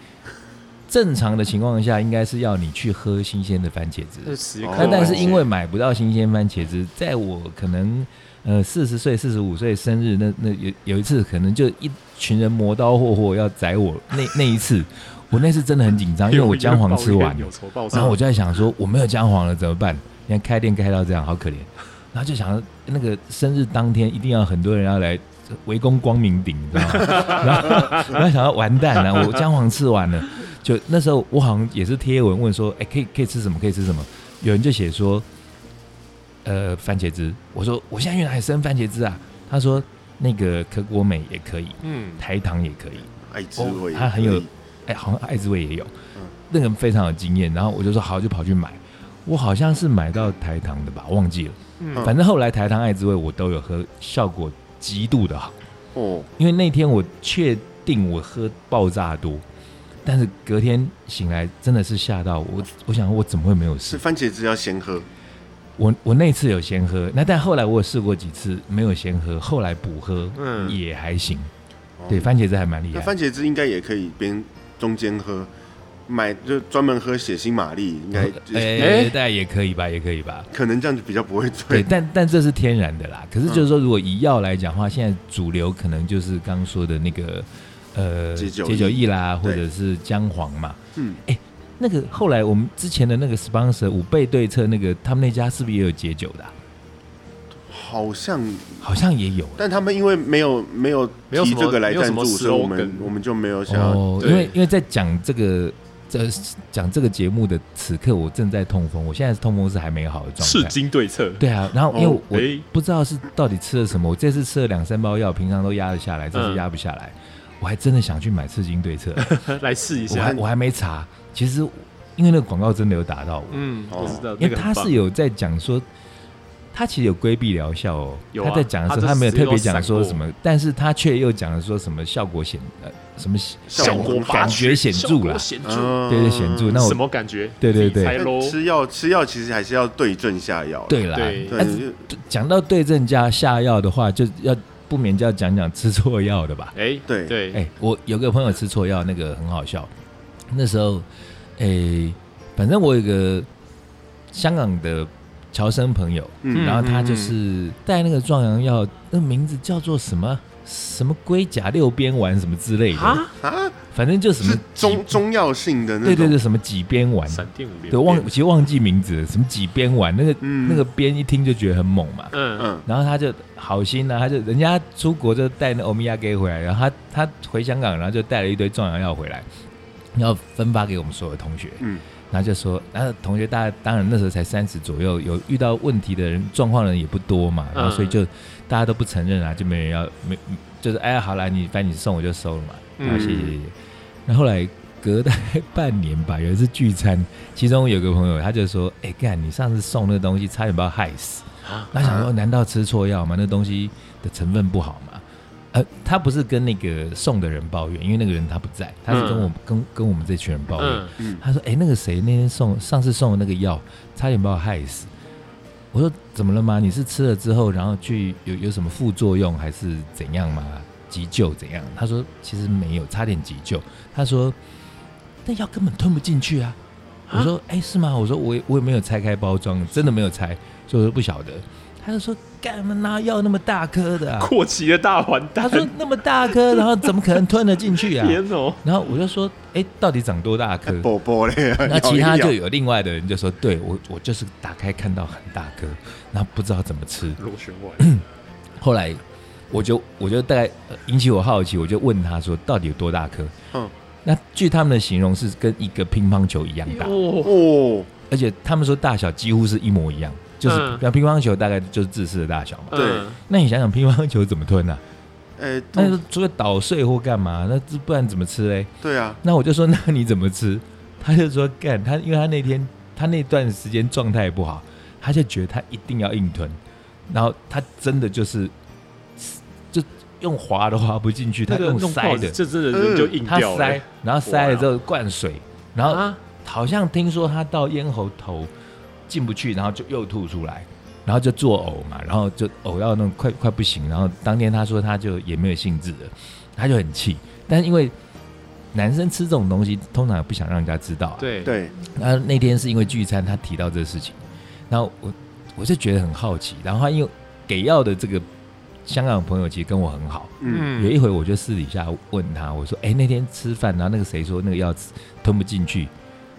Speaker 3: 正常的情况下应该是要你去喝新鲜的番茄汁，
Speaker 2: 这是十
Speaker 1: 哦
Speaker 2: 克
Speaker 3: 那但是因为买不到新鲜番茄汁，在我可能呃四十岁、四十五岁生日那那有有一次，可能就一群人磨刀霍霍要宰我，那那一次，我那次真的很紧张，因为我姜黄吃完，
Speaker 2: 有仇报
Speaker 3: 然
Speaker 2: 仇
Speaker 3: 后我就在想说我没有姜黄了怎么办？你看开店开到这样，好可怜。然后就想那个生日当天一定要很多人要来围攻光明顶，你知道吗？ 然后然后想到完蛋了，我姜黄吃完了。就那时候我好像也是贴文问说，哎、可以可以吃什么？可以吃什么？有人就写说，呃，番茄汁。我说我现在去哪里生番茄汁啊？他说那个可果美也可以，
Speaker 2: 嗯，
Speaker 3: 台糖也可以。
Speaker 1: 爱滋味，
Speaker 3: 哦它很有哎、好像爱滋味也有，那个非常有经验。然后我就说好，就跑去买。我好像是买到台糖的吧，忘记了。
Speaker 2: 嗯
Speaker 3: 反正后来台糖爱滋味我都有喝，效果极度的好。
Speaker 1: 哦，
Speaker 3: 因为那天我确定我喝爆炸多，但是隔天醒来真的是吓到我，我想我怎么会没有
Speaker 1: 是
Speaker 3: 事？
Speaker 1: 番茄汁要先喝，
Speaker 3: 我我那次有先喝，那但后来我有试过几次没有先喝，后来补喝，
Speaker 2: 嗯
Speaker 3: 也还行。
Speaker 1: 哦
Speaker 3: 对，番茄汁还蛮厉
Speaker 1: 那
Speaker 3: 害
Speaker 1: 番。茄汁应该也可以边中间喝，买就专门喝血腥玛丽，应该就
Speaker 3: 哎，大概也可以吧，也可以吧。
Speaker 1: 可能这样就比较不会
Speaker 3: 对，
Speaker 1: 醉。
Speaker 3: 但但这是天然的啦。可是
Speaker 1: 嗯
Speaker 3: 就是说，如果以药来讲的话，现在主流可能就是刚刚说的那个呃
Speaker 1: 解酒液
Speaker 3: 液啦，或
Speaker 1: 对
Speaker 3: 者是姜黄嘛。
Speaker 1: 嗯，
Speaker 3: 那个后来我们之前的那个 sponsor 五倍对策那个，他们那家是不是也有解酒的啊、
Speaker 1: 好像，
Speaker 3: 好像也有、啊
Speaker 1: 但他们因为没有没有
Speaker 2: 没有
Speaker 1: 提
Speaker 2: 什么
Speaker 1: 这个来
Speaker 2: 没有什
Speaker 1: 赞
Speaker 2: 么
Speaker 1: 助，所以我们
Speaker 2: slogan
Speaker 1: 我们就没有想要。
Speaker 3: 哦，
Speaker 2: 对
Speaker 3: 因为因为在讲这个这讲这个节目的此刻，我正在痛风，我现在痛风是还没好的状
Speaker 2: 赤
Speaker 3: 态。
Speaker 2: 金对策，
Speaker 3: 对啊，然后因为
Speaker 1: 哦
Speaker 3: 我
Speaker 2: 哎
Speaker 3: 不知道是到底吃了什么，我这次吃了两三包药，平常都压得下来，这次
Speaker 2: 嗯
Speaker 3: 压不下来，我还真的想去买刺金对 策，
Speaker 2: 来试一
Speaker 3: 我还
Speaker 2: 下，
Speaker 3: 我还没查。其实因为那个广告真的有打到我，
Speaker 2: 嗯，
Speaker 1: 哦
Speaker 2: 我知道，
Speaker 3: 因
Speaker 2: 那
Speaker 3: 为
Speaker 2: 个
Speaker 3: 他
Speaker 2: 很棒
Speaker 3: 是有在讲说，他其实有规避疗效哦。
Speaker 2: 有啊
Speaker 3: 他在讲的时候，
Speaker 2: 他
Speaker 3: 他
Speaker 2: 这
Speaker 3: 没有
Speaker 2: 直接
Speaker 3: 特
Speaker 2: 都
Speaker 3: 别讲
Speaker 2: 闪
Speaker 3: 说
Speaker 2: 过
Speaker 3: 什么，但是他却又讲了说什么效果显呃什么显
Speaker 2: 效
Speaker 1: 果
Speaker 2: 果
Speaker 1: 拔
Speaker 2: 拔
Speaker 3: 觉显著
Speaker 2: 效
Speaker 3: 啦
Speaker 2: 果显著，
Speaker 1: 嗯
Speaker 3: 对对显著。那
Speaker 2: 什
Speaker 3: 我
Speaker 2: 么感觉？
Speaker 3: 对对对
Speaker 2: 自己猜
Speaker 1: 但
Speaker 2: 喽，
Speaker 1: 吃药吃药其实还是要对症下药。
Speaker 3: 对啦，
Speaker 2: 对
Speaker 1: 对
Speaker 3: 哎，
Speaker 1: 就
Speaker 3: 讲到对症加下药的话，就要不免就要讲讲吃错药的吧。
Speaker 2: 哎，
Speaker 1: 对
Speaker 3: 哎、
Speaker 2: 对，
Speaker 3: 我有个朋友吃错药，那个很好笑。那时候，哎、反正我有个香港的乔生朋友，
Speaker 1: 嗯
Speaker 3: 然后他就是带那个壮阳药，那名字叫做什么什么龟甲六边丸什么之类的，
Speaker 2: 啊，
Speaker 1: 啊，
Speaker 3: 反正就什么
Speaker 1: 是中中药性的那
Speaker 3: 对
Speaker 1: 种，
Speaker 3: 对对，什么几边丸，
Speaker 2: 闪电五连
Speaker 3: 对
Speaker 2: 鞭，
Speaker 3: 忘其实忘记名字了，什么几边丸，那个、
Speaker 1: 嗯
Speaker 3: 那个边一听就觉得很猛嘛。
Speaker 2: 嗯
Speaker 1: 嗯，
Speaker 3: 然后他就好心啊，他就人家出国就带那欧米亚给回来，然后他他回香港，然后就带了一堆壮阳药回来，然后分发给我们所有同学。
Speaker 1: 嗯，
Speaker 3: 然后就说，然后同学大家当然那时候才三十左右，有遇到问题的人状况的人也不多嘛，
Speaker 2: 嗯
Speaker 3: 然后所以就大家都不承认啊，就没人要没就是哎呀好啦，你反正你送我就收了嘛，
Speaker 2: 嗯
Speaker 3: 然后谢谢谢谢。然后后来隔大概半年吧，有一次聚餐，其中有个朋友他就说，哎干，你上次送那个东西差点把我害死。那想说，难道吃错药吗？那东西的成分不好吗？呃，他不是跟那个送的人抱怨，因为那个人他不在，他是跟我、跟跟我们这群人抱怨。
Speaker 2: 嗯，
Speaker 1: 嗯
Speaker 3: 他说：“哎、那个谁那天送上次送的那个药，差点把我害死。”我说：“怎么了吗？你是吃了之后，然后去有有什么副作用还是怎样吗？急救怎样？”他说：“其实没有，差点急救。”他说：“那药根本吞不进去啊。”
Speaker 2: 啊
Speaker 3: 我说：“哎、是吗？”我说：“我也我也没有拆开包装，真的没有拆，所以我就不晓得。”他就说：“干嘛拿药那么大颗 的、啊
Speaker 2: 阔奇的大完？”
Speaker 3: 他
Speaker 2: 蛋，
Speaker 3: 说：“那么大颗，然后怎么可能吞得进 去啊
Speaker 2: 天哦，？”
Speaker 3: 然后我就说：“哎、到底长多大颗？”
Speaker 1: 宝宝嘞，
Speaker 3: 那其
Speaker 1: 咬
Speaker 3: 他
Speaker 1: 一咬
Speaker 3: 就有另外的人就说，对我我就是打开看到很大颗，然后不知道怎么吃。
Speaker 2: 螺旋丸，
Speaker 3: 后来我就我就大概呃引起我好奇，我就问他说到底有多大颗？
Speaker 1: 嗯
Speaker 3: 那据他们的形容是跟一个乒乓球一样大，
Speaker 2: 哦，
Speaker 1: 哦，
Speaker 3: 而且他们说大小几乎是一模一样，就是
Speaker 2: 嗯
Speaker 3: 像乒乓球大概就是自私的大小嘛。
Speaker 1: 对
Speaker 2: 嗯
Speaker 3: 那你想想乒乓球怎么吞啊？
Speaker 1: 哎，
Speaker 3: 那就除了捣碎或干嘛，那这不然怎么吃嘞？
Speaker 1: 对啊，
Speaker 3: 那我就说，那你怎么吃？ 他就说干他，因为他那天他那段时间状态不好，他就觉得他一定要硬吞，然后他真的就是就用滑都滑不进去，他
Speaker 2: 那个
Speaker 3: 用
Speaker 2: 弄
Speaker 3: 塞
Speaker 2: 泡
Speaker 3: 的，
Speaker 2: 这真的人就硬
Speaker 3: 他
Speaker 2: 掉
Speaker 3: 塞哦
Speaker 2: 了，，
Speaker 3: 然后塞了之后灌水，然后
Speaker 2: 啊，
Speaker 3: 好像听说他到咽喉头进不去，然后就又吐出来。然后就作呕嘛，然后就呕到那种快快不行，然后当天他说他就也没有兴致了，他就很气。但因为男生吃这种东西，通常也不想让人家知道、啊。。
Speaker 2: 对，
Speaker 1: 对，
Speaker 3: 那那天是因为聚餐，他提到这事情，然后我我就觉得很好奇。然后他因为给药的这个香港朋友其实跟我很好，
Speaker 1: 嗯，
Speaker 3: 有一回我就私底下问他，我说：“哎、那天吃饭，然后那个谁说那个药吃吞不进去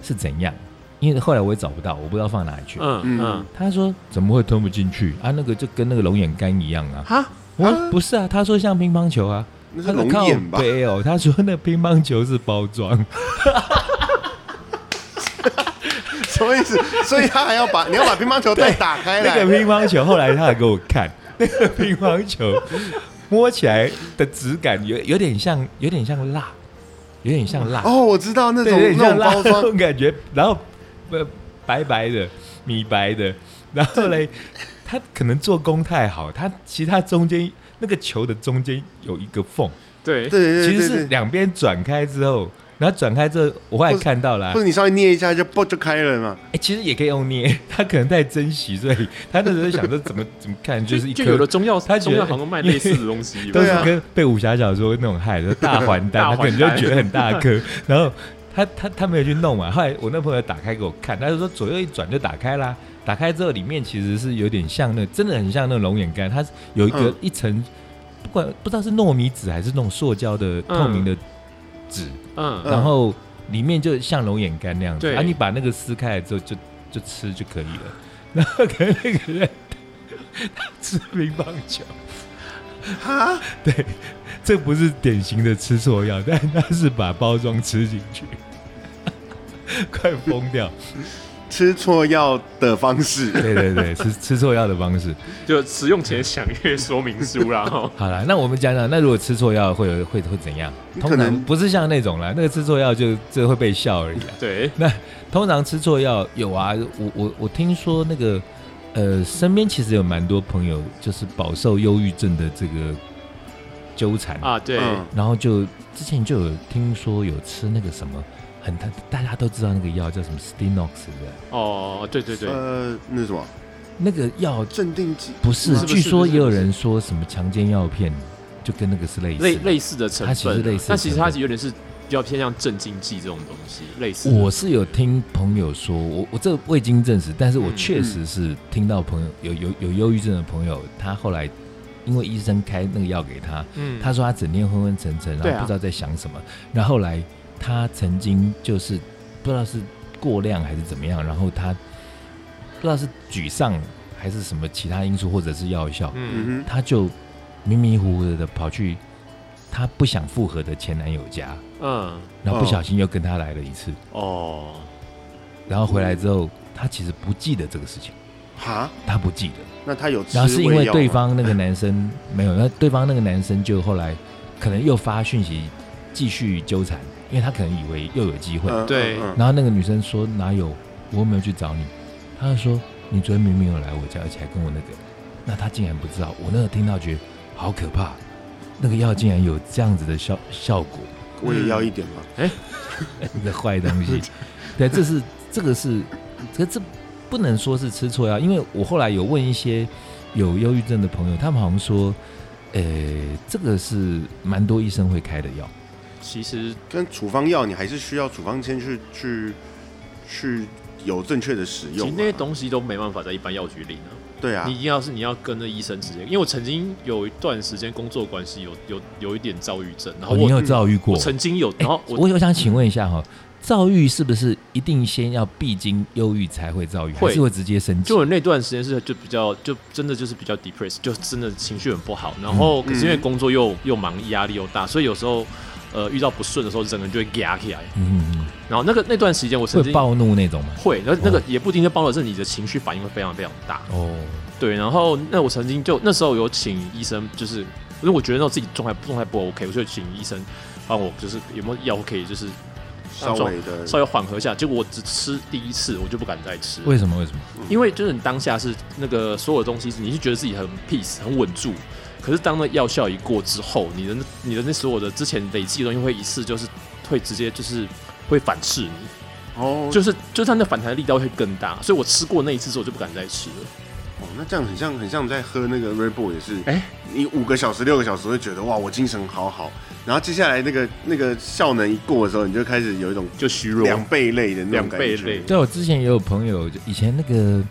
Speaker 3: 是怎样？”因为后来我也找不到，我不知道放哪里去。
Speaker 2: 嗯嗯，
Speaker 3: 他说：“怎么会吞不进去啊？那个就跟那个龙眼干一样啊。
Speaker 1: 哈，”
Speaker 3: 我
Speaker 1: 啊
Speaker 3: 说：“不是啊，他说像乒乓球啊。”
Speaker 1: 那
Speaker 3: 他
Speaker 1: 是
Speaker 3: 说
Speaker 1: 龙
Speaker 3: 靠
Speaker 1: 眼吧？
Speaker 3: 北哦，他说那乒乓球是包装，
Speaker 1: 什么意思？所以他还要把你要把乒乓球袋打开
Speaker 3: 那个
Speaker 1: 哎来，
Speaker 3: 乒乓球后来他还给我看，那个乒乓球摸起来的质感有有点像，有点像蜡，有点像蜡，
Speaker 1: 哦，我知道那
Speaker 3: 对，
Speaker 1: 种
Speaker 3: 有点
Speaker 1: 那
Speaker 3: 像
Speaker 1: 种
Speaker 3: 蜡
Speaker 1: 包
Speaker 3: 那
Speaker 1: 装，
Speaker 3: 种感觉，然后呃白白的、米白的，然后嘞，他可能做工太好，他其实他中间那个球的中间有一个缝，
Speaker 2: 对
Speaker 1: 对，对
Speaker 3: 其
Speaker 1: 对
Speaker 3: 实
Speaker 1: 对
Speaker 3: 是
Speaker 1: 对，
Speaker 3: 两边转开之后。然后转开之后，我后来
Speaker 1: 或是
Speaker 3: 看到了、啊
Speaker 1: 或者你稍微捏一下就啵就开了嘛，
Speaker 3: 哎、其实也可以用捏，他可能太珍惜，所以他那时候想着怎么怎么看，就是一
Speaker 2: 就有
Speaker 3: 颗
Speaker 2: 的中药，
Speaker 3: 他觉
Speaker 2: 中
Speaker 3: 得
Speaker 2: 药好像卖类似的东 西，
Speaker 3: 都
Speaker 1: 对
Speaker 3: 是
Speaker 1: 啊
Speaker 3: 跟被武侠小说那种 害的大还
Speaker 2: 大
Speaker 3: 丹，他可
Speaker 2: 还
Speaker 3: 能就
Speaker 2: 丹
Speaker 3: 觉得很大颗， 然后他他他没有去弄嘛，后来我那朋友打开给我看，他就说左右一转就打开啦，打开之后里面其实是有点像那真的很像那龙眼干，它是有一个、
Speaker 1: 嗯
Speaker 3: 一层不管不知道是糯米纸还是那种塑胶的透明的纸，
Speaker 2: 嗯，
Speaker 1: 嗯
Speaker 3: 然后里面就像龙眼干那样子，
Speaker 2: 对
Speaker 3: 啊，你把那个撕开来之后就就吃就可以了。 然后可能那个人 他吃乒乓球，
Speaker 1: 哈，
Speaker 3: 对，这不是典型的吃错药， 但他是把包装吃进去， 快疯掉！
Speaker 1: 吃错药的方 式，
Speaker 3: 对对对，吃吃错药的方式。
Speaker 2: 就使用前详阅说明书啦，哈，
Speaker 3: 好了，那我们讲讲，那如果吃错药会有会会怎样？
Speaker 1: 你
Speaker 3: 通
Speaker 1: 可能
Speaker 3: 常不是像那种啦，那个吃错药就就会被笑而已啦。
Speaker 2: 对，
Speaker 3: 那通常吃错药有啊，我我我听说那个呃，身边其实有蛮多朋友就是饱受忧郁症的这个纠缠，
Speaker 2: 啊，对，
Speaker 1: 嗯
Speaker 3: 然后就之前就有听说有吃那个什么。很大大家都知道那个药叫什么 Stenox 的，
Speaker 2: 哦，对对对，
Speaker 1: 呃，那什么
Speaker 3: 那个药
Speaker 1: 镇定剂
Speaker 3: 不是，
Speaker 2: 不是不是
Speaker 3: 据说
Speaker 2: 不是
Speaker 3: 也有
Speaker 2: 不是
Speaker 3: 人说什么强奸药片，就跟那个是类似的
Speaker 2: 类类似的成
Speaker 3: 它其实
Speaker 2: 分啊
Speaker 3: 类似的成分，
Speaker 2: 但其实它有点是比较偏向镇静剂这种东西，类似的
Speaker 3: 我是有听朋友说，我我这未经证实，但是我确实是听到朋友有有有忧郁症的朋友，他后来因为医生开那个药给他，
Speaker 2: 嗯
Speaker 3: 他说他整天昏昏沉沉，然
Speaker 2: 对
Speaker 3: 后
Speaker 2: 啊
Speaker 3: 不知道在想什么，然后后来他曾经就是不知道是过量还是怎么样，然后他不知道是沮丧还是什么其他因素，或者是药效，
Speaker 2: 嗯
Speaker 1: 嗯
Speaker 3: 他就迷迷糊糊的跑去他不想复合的前男友家，
Speaker 2: 嗯
Speaker 3: 然后不
Speaker 1: 哦
Speaker 3: 小心又跟他来了一次。
Speaker 2: 哦，
Speaker 3: 然后回来之后，他其实不记得这个事情，
Speaker 1: 哼，哈，
Speaker 3: 他不记得。
Speaker 1: 那他有吃
Speaker 3: 然后是因
Speaker 1: 胃
Speaker 3: 为
Speaker 1: 药
Speaker 3: 对
Speaker 1: 吗
Speaker 3: 方那个男生没有，那对方那个男生就后来可能又发讯息继续纠缠，因为他可能以为又有机会。
Speaker 1: 嗯
Speaker 2: 对
Speaker 1: 嗯嗯
Speaker 3: 然后那个女生说哪有，我又没有去找你。他就说你昨天明明有来我家，而且还跟我那个，那他竟然不知道。我那时候听到觉得好可怕，那个药竟然有这样子的效效果。
Speaker 1: 我也要一点嘛。
Speaker 3: 你 的坏东 西。对，这是这个是，这这不能说是吃错药，因为我后来有问一些有忧郁症的朋友，他们好像说，呃，这个是蛮多医生会开的药。
Speaker 2: 其实
Speaker 1: 跟处方药，你还是需要处方签去去去有正确的使
Speaker 2: 其
Speaker 1: 用
Speaker 2: 实
Speaker 1: 嘛。
Speaker 2: 那些东西都没办法在一般药局领啊。
Speaker 1: 对啊
Speaker 2: 你，一定要是你要跟着医生直接，因为我曾经有一段时间工作关系有有有一点躁郁症，然后
Speaker 3: 哦你
Speaker 2: 啊我、
Speaker 3: 有遭遇过
Speaker 2: 我？曾经有，
Speaker 3: 哎
Speaker 2: 然后我、
Speaker 3: 我我想请问一下哈、躁郁是不是一定先要必经忧郁才会躁郁，
Speaker 2: 会
Speaker 3: 还是会直接升级
Speaker 2: 就？我那段时间是就比较就真的就是比较 depressed，就真的情绪很不好，然后可是因为
Speaker 1: 嗯
Speaker 2: 工作又又忙，压力又大，所以有时候呃遇到不顺的时候，整个人就会压起来。
Speaker 3: 嗯，嗯嗯
Speaker 2: 然后那个那段时间我曾
Speaker 3: 会
Speaker 2: 经
Speaker 3: 暴怒那种吗？
Speaker 2: 会，然后那个
Speaker 3: 哦
Speaker 2: 也不一定是暴怒，是你的情绪反应会非常非常大。
Speaker 3: 哦，
Speaker 2: 对，然后那我曾经就那时候有请医生，就是因为我觉得那我自己状态状态不 OK，我就请医生帮我，就是有没有药可以就是
Speaker 1: 稍微的
Speaker 2: 稍微缓和一下。结果我只吃第一次，我就不敢再吃，
Speaker 3: 为什么？为什么？
Speaker 2: 因为就是你当下是那个所有东西，你是觉得自己很 peace 很稳住，可是当那药效一过之后，你的那你的那所有的之前累积的东西会一次就是会直接就是会反噬你，
Speaker 1: 哦，就
Speaker 2: 就是就是它那反弹的力道会更大，所以我吃过那一次之后我就不敢再吃了。
Speaker 1: 哦，那这样很像很像我们在喝那个 Red Bull 也是，
Speaker 2: 哎
Speaker 1: 你五个小时六个小时会觉得哇我精神好好，然后接下来那个那个效能一过的时候，你就开始有一种
Speaker 2: 就虚弱，
Speaker 1: 两倍累的那种
Speaker 2: 两
Speaker 1: 感
Speaker 2: 倍
Speaker 1: 觉
Speaker 2: 累，
Speaker 3: 对，我之前也有朋友，就以前那个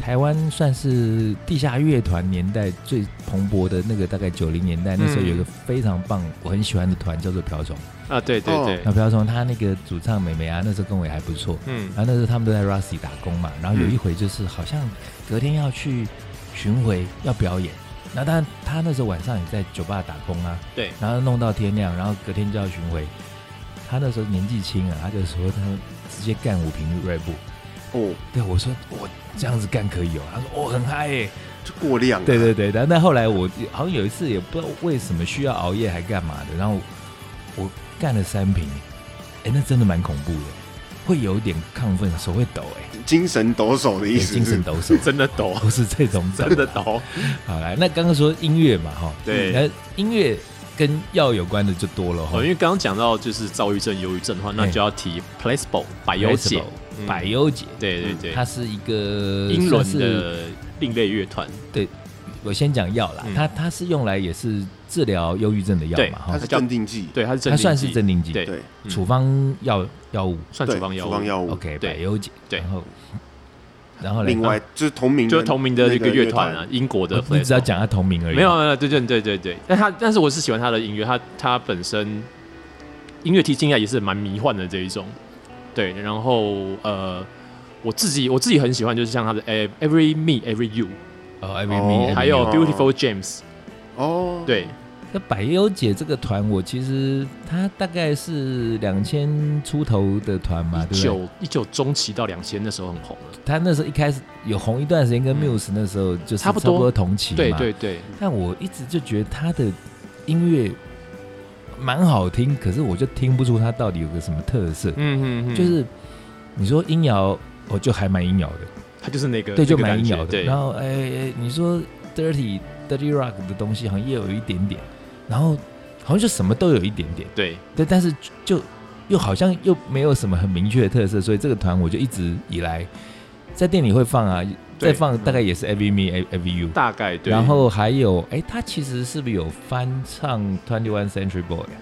Speaker 3: 台湾算是地下乐团年代最蓬勃的那个，大概九零年代那时候有
Speaker 2: 嗯
Speaker 3: 一个非常棒，我很喜欢的团叫做瓢虫。
Speaker 2: 啊，对对
Speaker 1: 哦
Speaker 2: 对，
Speaker 3: 那瓢虫他那个主唱美美啊，那时候跟我也还不错。
Speaker 2: 嗯
Speaker 3: 然后那时候他们都在 Rusty 打工嘛，然后有一回就是好像隔天要去巡回要表演，那他他那时候晚上也在酒吧打工啊，
Speaker 2: 对，，
Speaker 3: 然后弄到天亮，然后隔天就要巡回。他那时候年纪轻啊，他就说他直接干五瓶 Red Bull。
Speaker 1: 哦，
Speaker 3: 对，啊我说我这样子干可以哦。他说我、哦、很嗨耶。
Speaker 1: 就过量、啊，
Speaker 3: 对对对，但但后来我好像有一次也不知道为什么需要熬夜还干嘛的，然后我干了三瓶，哎，那真的蛮恐怖的，会有点亢奋，手会抖哎，
Speaker 1: 精神抖擞的意
Speaker 3: 也
Speaker 1: 思是，嗯
Speaker 3: 精神抖擞
Speaker 2: 真的抖，
Speaker 3: 不是这种抖
Speaker 2: 真的。抖，
Speaker 3: 好来，那刚刚说音乐嘛哈，
Speaker 2: 对
Speaker 3: 那音乐跟药有关的就多了哈
Speaker 2: 哦，因。为刚刚讲到就是躁郁症、忧郁症的话，那
Speaker 3: 哎
Speaker 2: 就要提 placebo 百忧解，嗯
Speaker 3: 百忧解，
Speaker 2: 对对对，
Speaker 3: 它是一个
Speaker 2: 英伦
Speaker 3: 算是
Speaker 2: 的另类乐团，
Speaker 3: 我先讲药啦
Speaker 2: 嗯，
Speaker 3: 它它是用来也是治疗忧郁症的药
Speaker 2: 对
Speaker 3: 嘛，
Speaker 1: 它
Speaker 3: 哈
Speaker 1: 是，镇定剂，
Speaker 2: 对，它是镇
Speaker 3: 它算是
Speaker 2: 定剂
Speaker 3: 镇定剂，
Speaker 2: 对
Speaker 1: 对
Speaker 2: 嗯
Speaker 3: 处方药药物
Speaker 2: 算
Speaker 1: 对
Speaker 2: 处方药
Speaker 1: 处方
Speaker 2: 物，
Speaker 1: 药物。
Speaker 3: ，OK，
Speaker 2: 对
Speaker 3: 百忧解，
Speaker 2: 对
Speaker 3: 然后然后嘞啊
Speaker 1: 另外，就是同名的
Speaker 2: 就是同名的
Speaker 1: 那
Speaker 2: 一个乐
Speaker 1: 乐
Speaker 2: 团啊，，英国的
Speaker 3: 哦
Speaker 2: placebo，
Speaker 3: 你只要讲它同名而已，
Speaker 2: 没有，啊没有，对对对对对，但他但是我是喜欢他的音乐，他他本身音乐提听起来也是蛮迷幻的这一种，对，然后呃，我自己我自己很喜欢，就是像他的呃 Every Me Every You，
Speaker 3: 哦，Every
Speaker 1: 哦
Speaker 3: Me，
Speaker 2: 还有
Speaker 1: 哦
Speaker 2: Beautiful James，
Speaker 1: 哦，，
Speaker 2: 对，
Speaker 3: 那百忧解这个团，我其实它大概是两千出头的团嘛，
Speaker 2: 一
Speaker 3: 对不对？
Speaker 2: 九一九中期到两千那时候很红了，
Speaker 3: 它那时候一开始有红一段时间，跟
Speaker 2: 嗯
Speaker 3: Muse 那时候就是
Speaker 2: 差
Speaker 3: 差
Speaker 2: 不
Speaker 3: 不
Speaker 2: 多
Speaker 3: 多同期嘛，
Speaker 2: 对对对，
Speaker 3: 但我一直就觉得他的音乐蛮好听，可是我就听不出他到底有个什么特色。
Speaker 2: 嗯嗯嗯，
Speaker 3: 就是你说音摇，我就还蛮音摇的，
Speaker 2: 他就是那个
Speaker 3: 对，就
Speaker 2: 那个
Speaker 3: 蛮
Speaker 2: 感
Speaker 3: 音
Speaker 2: 觉
Speaker 3: 摇的。
Speaker 2: 对
Speaker 3: 然，后哎哎，你说 dirty dirty rock 的东西好像也有一点点，然后好像就什么都有一点点，
Speaker 2: 对，
Speaker 3: 对，但是就又好像又没有什么很明确的特色，所以这个团我就一直以来在店里会放啊，
Speaker 2: 对
Speaker 3: 再放大概
Speaker 2: 嗯
Speaker 3: 也是 every me every you。
Speaker 2: 大概对，
Speaker 3: 然后还有，哎，他其实是不是有翻唱《Twenty One Century Boy》啊？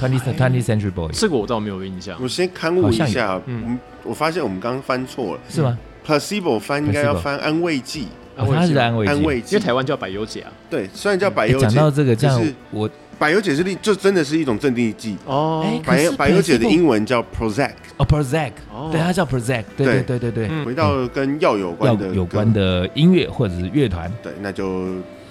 Speaker 3: Twenty Twenty Century Boy
Speaker 2: 这个我倒没有印象
Speaker 1: 我。先刊物一
Speaker 3: 好像
Speaker 1: 下，
Speaker 2: 嗯
Speaker 1: 嗯，我发现我们刚刚翻错了
Speaker 3: 是
Speaker 2: 哎
Speaker 3: 吗？
Speaker 1: ，placebo 翻应该要
Speaker 3: Placebo
Speaker 1: 翻安慰剂，
Speaker 3: 哦他是安慰剂
Speaker 1: 安慰
Speaker 2: 因为
Speaker 1: 剂，
Speaker 2: 台湾叫百忧解啊。
Speaker 1: 对，虽然叫百
Speaker 3: 诶
Speaker 1: 忧
Speaker 3: 哎讲
Speaker 1: 解
Speaker 3: 到，这个，这样
Speaker 1: 就是
Speaker 3: 我
Speaker 1: 百忧解是力就真的是一种镇定剂，
Speaker 2: 哦
Speaker 3: 哎可
Speaker 1: 百忧
Speaker 3: 是
Speaker 1: 百忧解的
Speaker 3: placebo-
Speaker 1: 英文叫 Prozac。
Speaker 3: 哦 Prozac，
Speaker 2: 哦
Speaker 3: 对，它叫 Prozac，对对对对对，
Speaker 2: 嗯
Speaker 1: 回到跟药有
Speaker 3: 要
Speaker 1: 关的
Speaker 3: 嗯有
Speaker 1: 歌
Speaker 3: 关，的音乐或者是乐团，
Speaker 1: 对，那就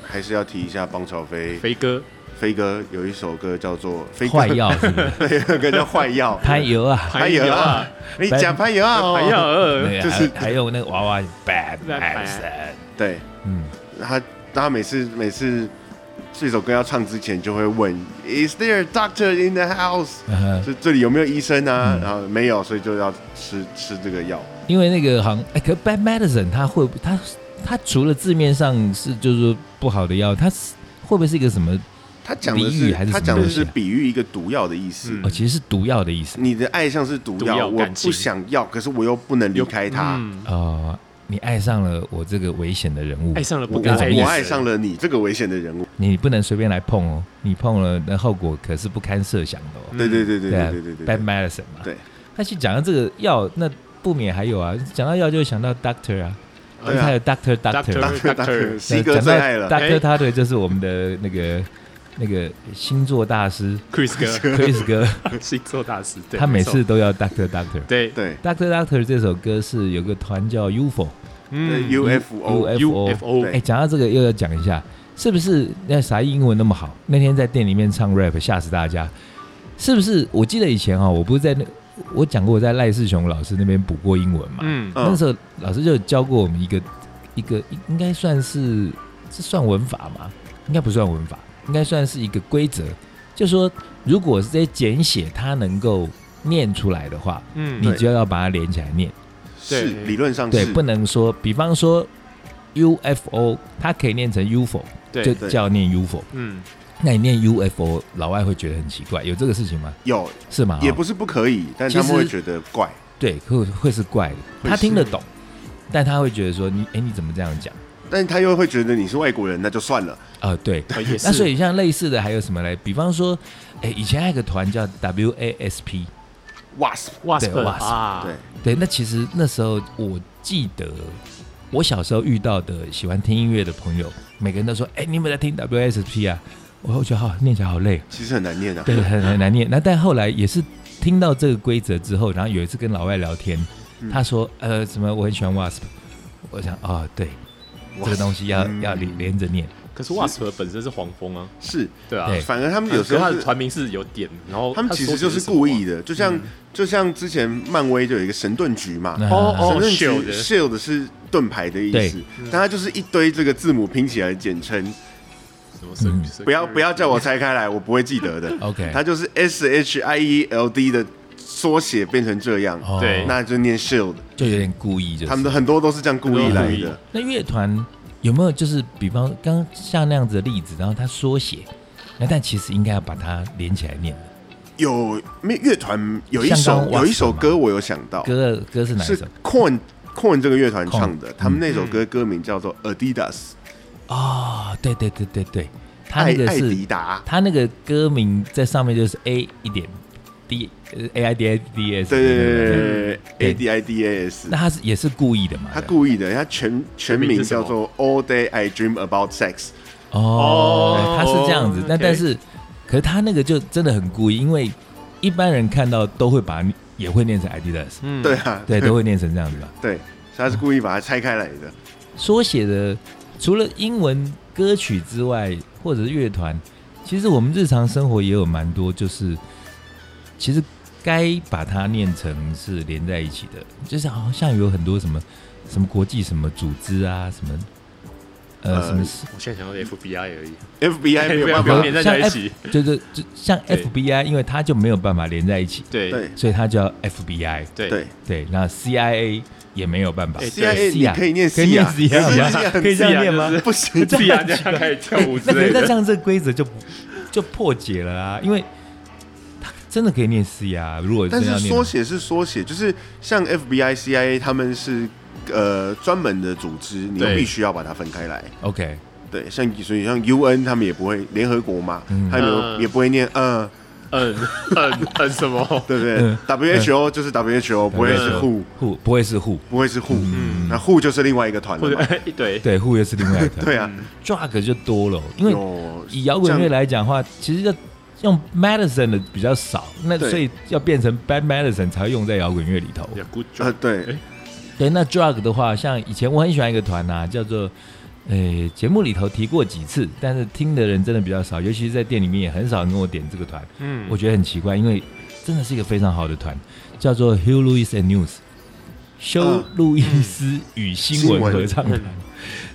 Speaker 1: 还是要提一下邦乔飞
Speaker 2: 肥哥，
Speaker 1: 飞哥有一首歌叫做《飞哥
Speaker 3: 坏》，药是不是
Speaker 1: 对，有一首歌叫《坏 药》。
Speaker 3: 潘油啊，
Speaker 1: 潘友啊， 你讲潘友啊，
Speaker 2: 潘友
Speaker 1: 哦，
Speaker 2: 啊，
Speaker 3: 对，
Speaker 1: 就
Speaker 3: 还
Speaker 1: 是
Speaker 3: 有还有那个娃娃 Bad
Speaker 2: Bad
Speaker 3: Medicine，
Speaker 1: 对
Speaker 3: 嗯，
Speaker 1: 他，他每次每次这首歌要唱之前就会问，Is there a doctor in the house？
Speaker 3: 嗯哼
Speaker 1: 就这里有没有医生啊？
Speaker 3: 嗯
Speaker 1: 然后没有，所以就要吃吃这个药。
Speaker 3: 因为那个好像哎，可是 Bad Medicine 它会它它除了字面上是就是说不好的药，它是会不会是一个什么？
Speaker 1: 他讲的
Speaker 3: 俚
Speaker 1: 是
Speaker 3: 语还是
Speaker 1: 他
Speaker 3: 什么
Speaker 1: 讲的
Speaker 3: 东西
Speaker 1: 是
Speaker 3: 啊
Speaker 1: 比喻一个毒药的意思。
Speaker 2: 嗯
Speaker 3: 哦，其实是毒药的意思
Speaker 1: 你的爱像是毒
Speaker 2: 毒
Speaker 1: 药，
Speaker 2: 药
Speaker 1: 我
Speaker 2: 感
Speaker 1: 不
Speaker 2: 情
Speaker 1: 想要，可是我又不能离开他。
Speaker 2: 嗯
Speaker 3: 哦。你爱上了我这个危险的人物
Speaker 2: 爱，上了
Speaker 1: 我
Speaker 2: 不该
Speaker 1: 我
Speaker 2: 爱
Speaker 1: 我
Speaker 2: 的
Speaker 1: 爱
Speaker 2: 人
Speaker 1: 上了你这个危险的人物。
Speaker 3: 你不能随便来碰哦，你碰了那后果可是不堪设想的哦。
Speaker 2: 嗯
Speaker 1: 对对对对
Speaker 3: 啊
Speaker 1: 对对对
Speaker 3: ，Bad
Speaker 1: 对
Speaker 3: medicine 嘛。
Speaker 1: 对，
Speaker 3: 那去讲到这个药，那不免还有啊，讲到药就会想到 doctor 啊，
Speaker 1: 对啊
Speaker 3: 还有 doctor
Speaker 2: Doctor
Speaker 3: doctor，
Speaker 1: ，Doctor Doctor，
Speaker 2: Doctor，
Speaker 1: 西哥最爱了。
Speaker 3: doctor
Speaker 2: 哎
Speaker 3: doctor 就是我们的那个那个星座大 师
Speaker 2: 嗯 Chris 哥
Speaker 3: Chris 哥，
Speaker 2: 星座大师，对
Speaker 3: 他每次
Speaker 2: 没错
Speaker 3: 都要 doctor doctor。
Speaker 2: 对
Speaker 1: 对
Speaker 3: Doctor Doctor 这首歌是有个团叫 UFO，
Speaker 1: 对
Speaker 2: 嗯
Speaker 1: UFO，
Speaker 2: UFO
Speaker 1: 对
Speaker 3: 哎，讲到这个又要讲一下，是不是那啥英文那么好？那天在店里面唱 rap 吓死大家，是不是？我记得以前啊、我不是在那我讲过我在赖世雄老师那边补过英文嘛，
Speaker 2: 嗯
Speaker 1: 嗯
Speaker 3: 那时候老师就有教过我们一个一个应应该算是是算文法吗？应该不算文法，应该算是一个规则，就说如果是这些简写它能够念出来的话，
Speaker 2: 嗯
Speaker 3: 你
Speaker 1: 对
Speaker 3: 就要把它连起来念，
Speaker 1: 是
Speaker 2: 对
Speaker 1: 理论上
Speaker 3: 对，
Speaker 1: 是
Speaker 3: 不能说，比方说 UFO，它可以念成 UFO，
Speaker 2: 对
Speaker 3: 就
Speaker 1: 对
Speaker 3: 叫念 UFO。
Speaker 2: 嗯
Speaker 3: 那你念 UFO，老外会觉得很奇怪，有这个事情吗？
Speaker 1: 有，
Speaker 3: 是吗？
Speaker 1: 也
Speaker 3: 哦
Speaker 1: 不是不可以，但
Speaker 3: 其
Speaker 1: 他们会
Speaker 3: 实
Speaker 1: 觉得怪。
Speaker 3: 对，会会是怪的，
Speaker 1: 会
Speaker 3: 他听得
Speaker 2: 是
Speaker 3: 懂，但他会觉得说你哎你怎么这样讲？
Speaker 1: 但他又会觉得你是外国人，那就算了。
Speaker 3: 啊、对，
Speaker 2: 呃也
Speaker 3: 那所
Speaker 2: 是
Speaker 3: 以像类似的还有什么嘞？比方说，哎，以前还有个团叫 WASP，
Speaker 1: wasp，
Speaker 3: 对
Speaker 2: WASP
Speaker 3: ，wasp，
Speaker 2: 啊，
Speaker 1: 对，
Speaker 3: 对，那其实那时候我记得，我小时候遇到的喜欢听音乐的朋友，每个人都说，哎，你有没有在听 WASP 啊？我我觉得好、念起来好累，
Speaker 1: 其实很难念啊。
Speaker 3: 对，很很难念。那但后来也是听到这个规则之后，然后有一次跟老外聊天，
Speaker 1: 嗯
Speaker 3: 他说，呃，什么我很喜欢 WASP，我想，哦，对，这个东西要、
Speaker 1: 嗯
Speaker 3: 要连连着念，
Speaker 2: 可是 WASP 本身是黄蜂啊，
Speaker 1: 是，
Speaker 2: 对啊
Speaker 3: 对，
Speaker 1: 反而他们有时
Speaker 2: 可是
Speaker 1: 候
Speaker 2: 他
Speaker 1: 是
Speaker 2: 的团名是有点，然后
Speaker 1: 他们
Speaker 2: 它
Speaker 1: 其
Speaker 2: 缩
Speaker 1: 实
Speaker 2: 写
Speaker 1: 就是是
Speaker 2: 什么
Speaker 1: 故
Speaker 2: 啊
Speaker 1: 意，的，就像就像之前漫威就有一个神盾局嘛，
Speaker 3: 那
Speaker 2: 哦
Speaker 1: 神盾局
Speaker 2: shield
Speaker 1: shield 是盾牌的意思
Speaker 3: 对，
Speaker 1: 但它就是一堆这个字母拼起来的简称。
Speaker 2: 什么神
Speaker 3: 嗯
Speaker 2: 神
Speaker 1: 不要不要叫我拆开来，我不会记得的。
Speaker 3: OK
Speaker 1: 它就是 S H I E L D 的缩写变成这样，
Speaker 3: 哦
Speaker 2: 对
Speaker 1: 那就念 shield。
Speaker 3: 就有点故意，就是
Speaker 1: 他们都很多都是这样故意来
Speaker 2: 很多
Speaker 1: 的。
Speaker 3: 那乐团有没有就是比方刚刚像那样子的例子，然后它缩写，那但其实应该要把它连起来念的。
Speaker 1: 有没乐团有一
Speaker 3: 像刚
Speaker 1: 首
Speaker 3: 刚
Speaker 1: 有一首
Speaker 3: Wasp 嘛
Speaker 1: 歌我有想到，
Speaker 3: 歌歌是哪一
Speaker 1: 是
Speaker 3: 首？
Speaker 1: Corn Corn 这个乐团唱的，
Speaker 3: Korn，
Speaker 1: 他们那首歌歌名叫做 Adidas，
Speaker 3: 哦，对对对对对，它
Speaker 1: 艾
Speaker 3: 那个
Speaker 1: 艾
Speaker 3: 是
Speaker 1: 迪达。
Speaker 3: 它那个歌名在上面就是 A 一点 D 呃 A I D I D S。
Speaker 1: 对对对对对
Speaker 3: 对
Speaker 1: ，A D I D A S，
Speaker 3: 那它是也是故意的嘛？
Speaker 1: 他
Speaker 3: 对
Speaker 1: 故意的，他全全名
Speaker 2: 全名是什
Speaker 1: 叫
Speaker 2: 么
Speaker 1: 做 All Day I Dream About Sex。
Speaker 3: 哦
Speaker 2: 哦，
Speaker 3: 他是这样子，那
Speaker 2: OK
Speaker 3: 但是，可是他那个就真的很故意，因为一般人看到都会把也会念成 Adidas，
Speaker 2: 嗯
Speaker 1: 对啊，
Speaker 3: 对，都会念成这样子吧。
Speaker 1: 对，他是故意把它拆开来的。
Speaker 3: 缩写的，除了英文歌曲之外，或者是乐团，其实我们日常生活也有蛮多，就是其实该把它念成是连在一起的，就是好像有很多什么什么国际什么组织啊，什么呃
Speaker 1: 呃
Speaker 3: 什么，
Speaker 2: 我现在想到 FBI 而已，
Speaker 1: FBI 没有
Speaker 2: 不要
Speaker 1: 办
Speaker 2: 不
Speaker 1: 法
Speaker 2: 要呃连，在在一起，
Speaker 3: 就是就像
Speaker 2: 对
Speaker 3: FBI，因为它就没有办法连在一起，
Speaker 2: 对
Speaker 1: 对
Speaker 3: 所以它叫 FBI。
Speaker 2: 对
Speaker 1: 对
Speaker 3: 对，那 CIA 也没有办法。
Speaker 2: 哎
Speaker 1: ，CIA 你
Speaker 3: 对
Speaker 1: 可以念
Speaker 3: 可以念 C
Speaker 1: 可是
Speaker 3: R，可以这样念吗？
Speaker 1: 不行，
Speaker 2: 自己啊，这样开始跳舞之
Speaker 3: 那可
Speaker 2: 类
Speaker 3: 是那这
Speaker 2: 的。
Speaker 3: 样这个规则就不就破解了啊，因为他真的可以念 C 啊，如果
Speaker 1: 但
Speaker 3: 真的
Speaker 1: 是
Speaker 3: 要念
Speaker 1: 缩写是缩写，就是像 FBI、CIA 他们是呃专门的组织，你
Speaker 2: 对
Speaker 1: 必须要把它分开来。
Speaker 3: OK，
Speaker 1: 对，像所以像 UN 他们也不会，联合国嘛，
Speaker 3: 嗯
Speaker 1: 他们也
Speaker 2: 嗯
Speaker 1: 也不会念呃
Speaker 2: 嗯嗯嗯什么？
Speaker 1: 对不对
Speaker 3: 嗯
Speaker 1: ？WHO 就是 WHO，不会是 Who，
Speaker 3: 户不会是户，
Speaker 1: 不会是 Who，嗯，那 Who 就是另外一个团
Speaker 2: 或
Speaker 1: 了
Speaker 2: 者
Speaker 1: 嘛。
Speaker 2: 哎对
Speaker 3: 对，户又是另外一个。
Speaker 1: 对啊，
Speaker 3: drug 就多了，嗯因为
Speaker 1: 有
Speaker 3: 以摇滚
Speaker 1: 这
Speaker 3: 乐
Speaker 1: 样
Speaker 3: 来讲的话，其实要用 medicine 的比较少，那
Speaker 1: 对
Speaker 3: 所以要变成 bad medicine 才会用在摇滚乐里头。
Speaker 2: Yeah, good
Speaker 1: 呃
Speaker 2: job，
Speaker 1: 对，
Speaker 3: 对，那 drug 的话，像以前我很喜欢一个团呐、叫做呃节目里头提过几次，但是听的人真的比较少，尤其是在店里面也很少人跟我点这个团，
Speaker 1: 嗯
Speaker 3: 我觉得很奇怪，因为真的是一个非常好的团，叫做 Hugh Lewis and News，修
Speaker 1: 嗯
Speaker 3: 路易斯与新闻
Speaker 1: 新闻
Speaker 3: 合唱团
Speaker 2: 嗯，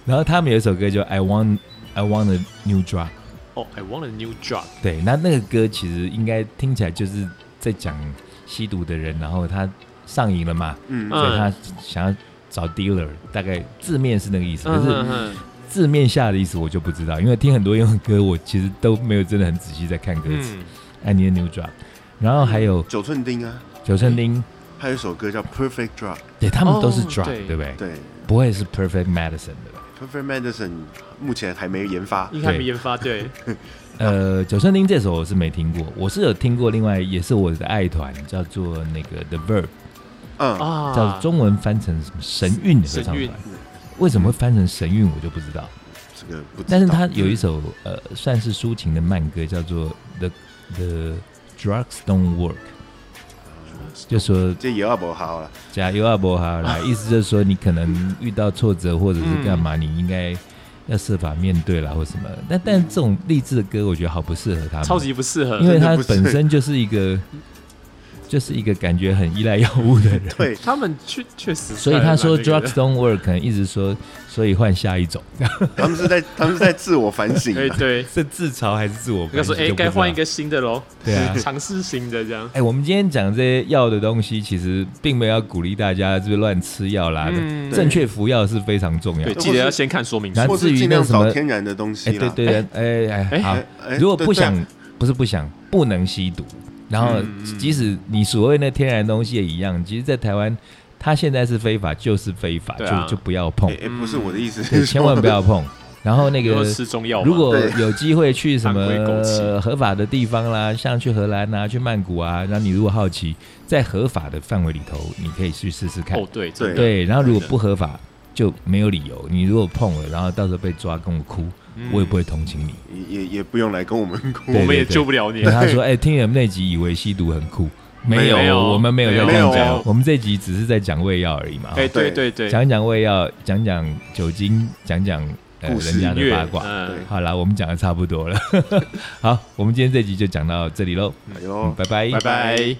Speaker 3: 然后他们有一首歌叫 I Want I Want a New Drug。
Speaker 2: 哦，I want a new drug，
Speaker 3: 对，那那个歌其实应该听起来就是在讲吸毒的人，然后他上瘾了嘛，
Speaker 1: 嗯
Speaker 2: 嗯
Speaker 3: 所以他想要找 dealer，大概字面是那个意思，可
Speaker 2: 嗯
Speaker 3: 是
Speaker 2: 嗯嗯
Speaker 3: 字面下的意思我就不知道，因为听很多英文歌，我其实都没有真的很仔细在看歌词。
Speaker 2: 嗯，
Speaker 3: I need a new drug，然后还有
Speaker 1: 九寸钉啊，
Speaker 3: 九寸钉，
Speaker 1: 还有一首歌叫 Perfect Drug，
Speaker 3: 对他们都是
Speaker 2: 哦
Speaker 3: drug，、
Speaker 2: 对
Speaker 3: 对不对？
Speaker 1: 对
Speaker 3: 不会是 perfect medicine 的吧？
Speaker 1: ，Perfect Medicine 目前还没研发。
Speaker 2: 应该还没研发对，啊
Speaker 3: 呃，九寸钉这首我是没听过，我是有听过另外也是我的爱团叫做那个 The Verb，
Speaker 1: 嗯，
Speaker 2: 啊，
Speaker 3: 叫中文翻成什么神韵合唱
Speaker 2: 神韵
Speaker 3: 团。为什么会翻成神韵，我就不知道。
Speaker 1: 这个不知道，
Speaker 3: 但是他有一首呃，算是抒情的慢歌，叫做《The The Drugs Don't Work》，就
Speaker 2: 啊
Speaker 3: 说
Speaker 1: 嗯这也要不好了，
Speaker 3: 加油啊，伯哈啦，意思就是说你可能遇到挫折或者是干嘛，你应该要设法面对啦，或什么。但但这种励志的歌，我觉得好不适合他们，
Speaker 2: 超，级不适合，
Speaker 3: 因为他
Speaker 1: 真的不是
Speaker 3: 本身就是一个就是一个感觉很依赖药物的人，
Speaker 1: 对，
Speaker 2: 他们确确实，
Speaker 3: 所以他说 drugs don't work，可能一直说，所以换下一种。
Speaker 1: 他们是在他们是在自我反省啊，
Speaker 2: 哎对，
Speaker 3: 是自嘲还是自我？
Speaker 2: 应该说哎该换一。个新的喽，
Speaker 3: 对啊
Speaker 2: 尝试新的这样，
Speaker 3: 哎、我们今天讲这些药的东西，其实并没有要鼓励大家就是乱吃药啦。
Speaker 2: 嗯
Speaker 3: 啊正确服药是非常重要
Speaker 2: 对，
Speaker 3: 的。
Speaker 2: 记得要先看说明书
Speaker 3: 然后
Speaker 1: 或
Speaker 3: 至
Speaker 1: 是
Speaker 3: 于
Speaker 1: 尽
Speaker 3: 那
Speaker 1: 量
Speaker 3: 什么
Speaker 1: 找天然的东
Speaker 3: 哎、
Speaker 1: 西
Speaker 3: 对
Speaker 1: 啦。
Speaker 3: 对对，哎哎、
Speaker 2: 哎
Speaker 3: 好、
Speaker 1: 哎哎
Speaker 3: 如果不想
Speaker 1: 对，
Speaker 3: 不是不想，不能吸毒，然后
Speaker 2: 嗯
Speaker 3: 即使你所谓那天然东西也一样，其实，在台湾，它现在是非法，就是非法，
Speaker 2: 对啊
Speaker 3: 就就不要碰
Speaker 1: 哎，哎，不是我的意思，
Speaker 3: 哦对，
Speaker 1: 是
Speaker 3: 千万不要碰。 然后那
Speaker 2: 如果
Speaker 3: 个
Speaker 2: 吃中药嘛，
Speaker 3: 如果
Speaker 1: 对
Speaker 3: 有机会去什么
Speaker 2: 犯规枸杞
Speaker 3: 呃合法的地方啦，像去荷兰啊、去曼谷啊，然后你如果好奇，在合法的范围里头，你可以去试试看。
Speaker 2: 哦对真的
Speaker 3: 对，然后如果
Speaker 2: 真的
Speaker 3: 不合法，就没有理由。你如果碰了，然后到时候被抓跟我哭，
Speaker 2: 嗯
Speaker 3: 我也不会同情你。
Speaker 1: 也也也不用来跟我们 哭
Speaker 3: 对，
Speaker 2: 我们也救不了你
Speaker 3: 然，后他说：“哎，听你们那集以为吸毒很酷，没
Speaker 2: 没有
Speaker 3: 有，我们没有在这
Speaker 1: 没有
Speaker 3: 样
Speaker 1: 没有
Speaker 3: 讲，我们这集只是在讲胃药而已嘛。
Speaker 2: 哎对对
Speaker 1: 对
Speaker 2: 对，
Speaker 3: 讲讲胃药，讲讲酒精，讲讲呃
Speaker 1: 故事
Speaker 3: 人家
Speaker 2: 音
Speaker 3: 的
Speaker 2: 乐
Speaker 3: 八卦。
Speaker 2: 嗯
Speaker 1: 对，
Speaker 3: 好啦，我们讲的 差不多了。好，我们今天这集就讲到这里喽，
Speaker 1: 哎呦
Speaker 3: 拜拜，
Speaker 2: 拜拜。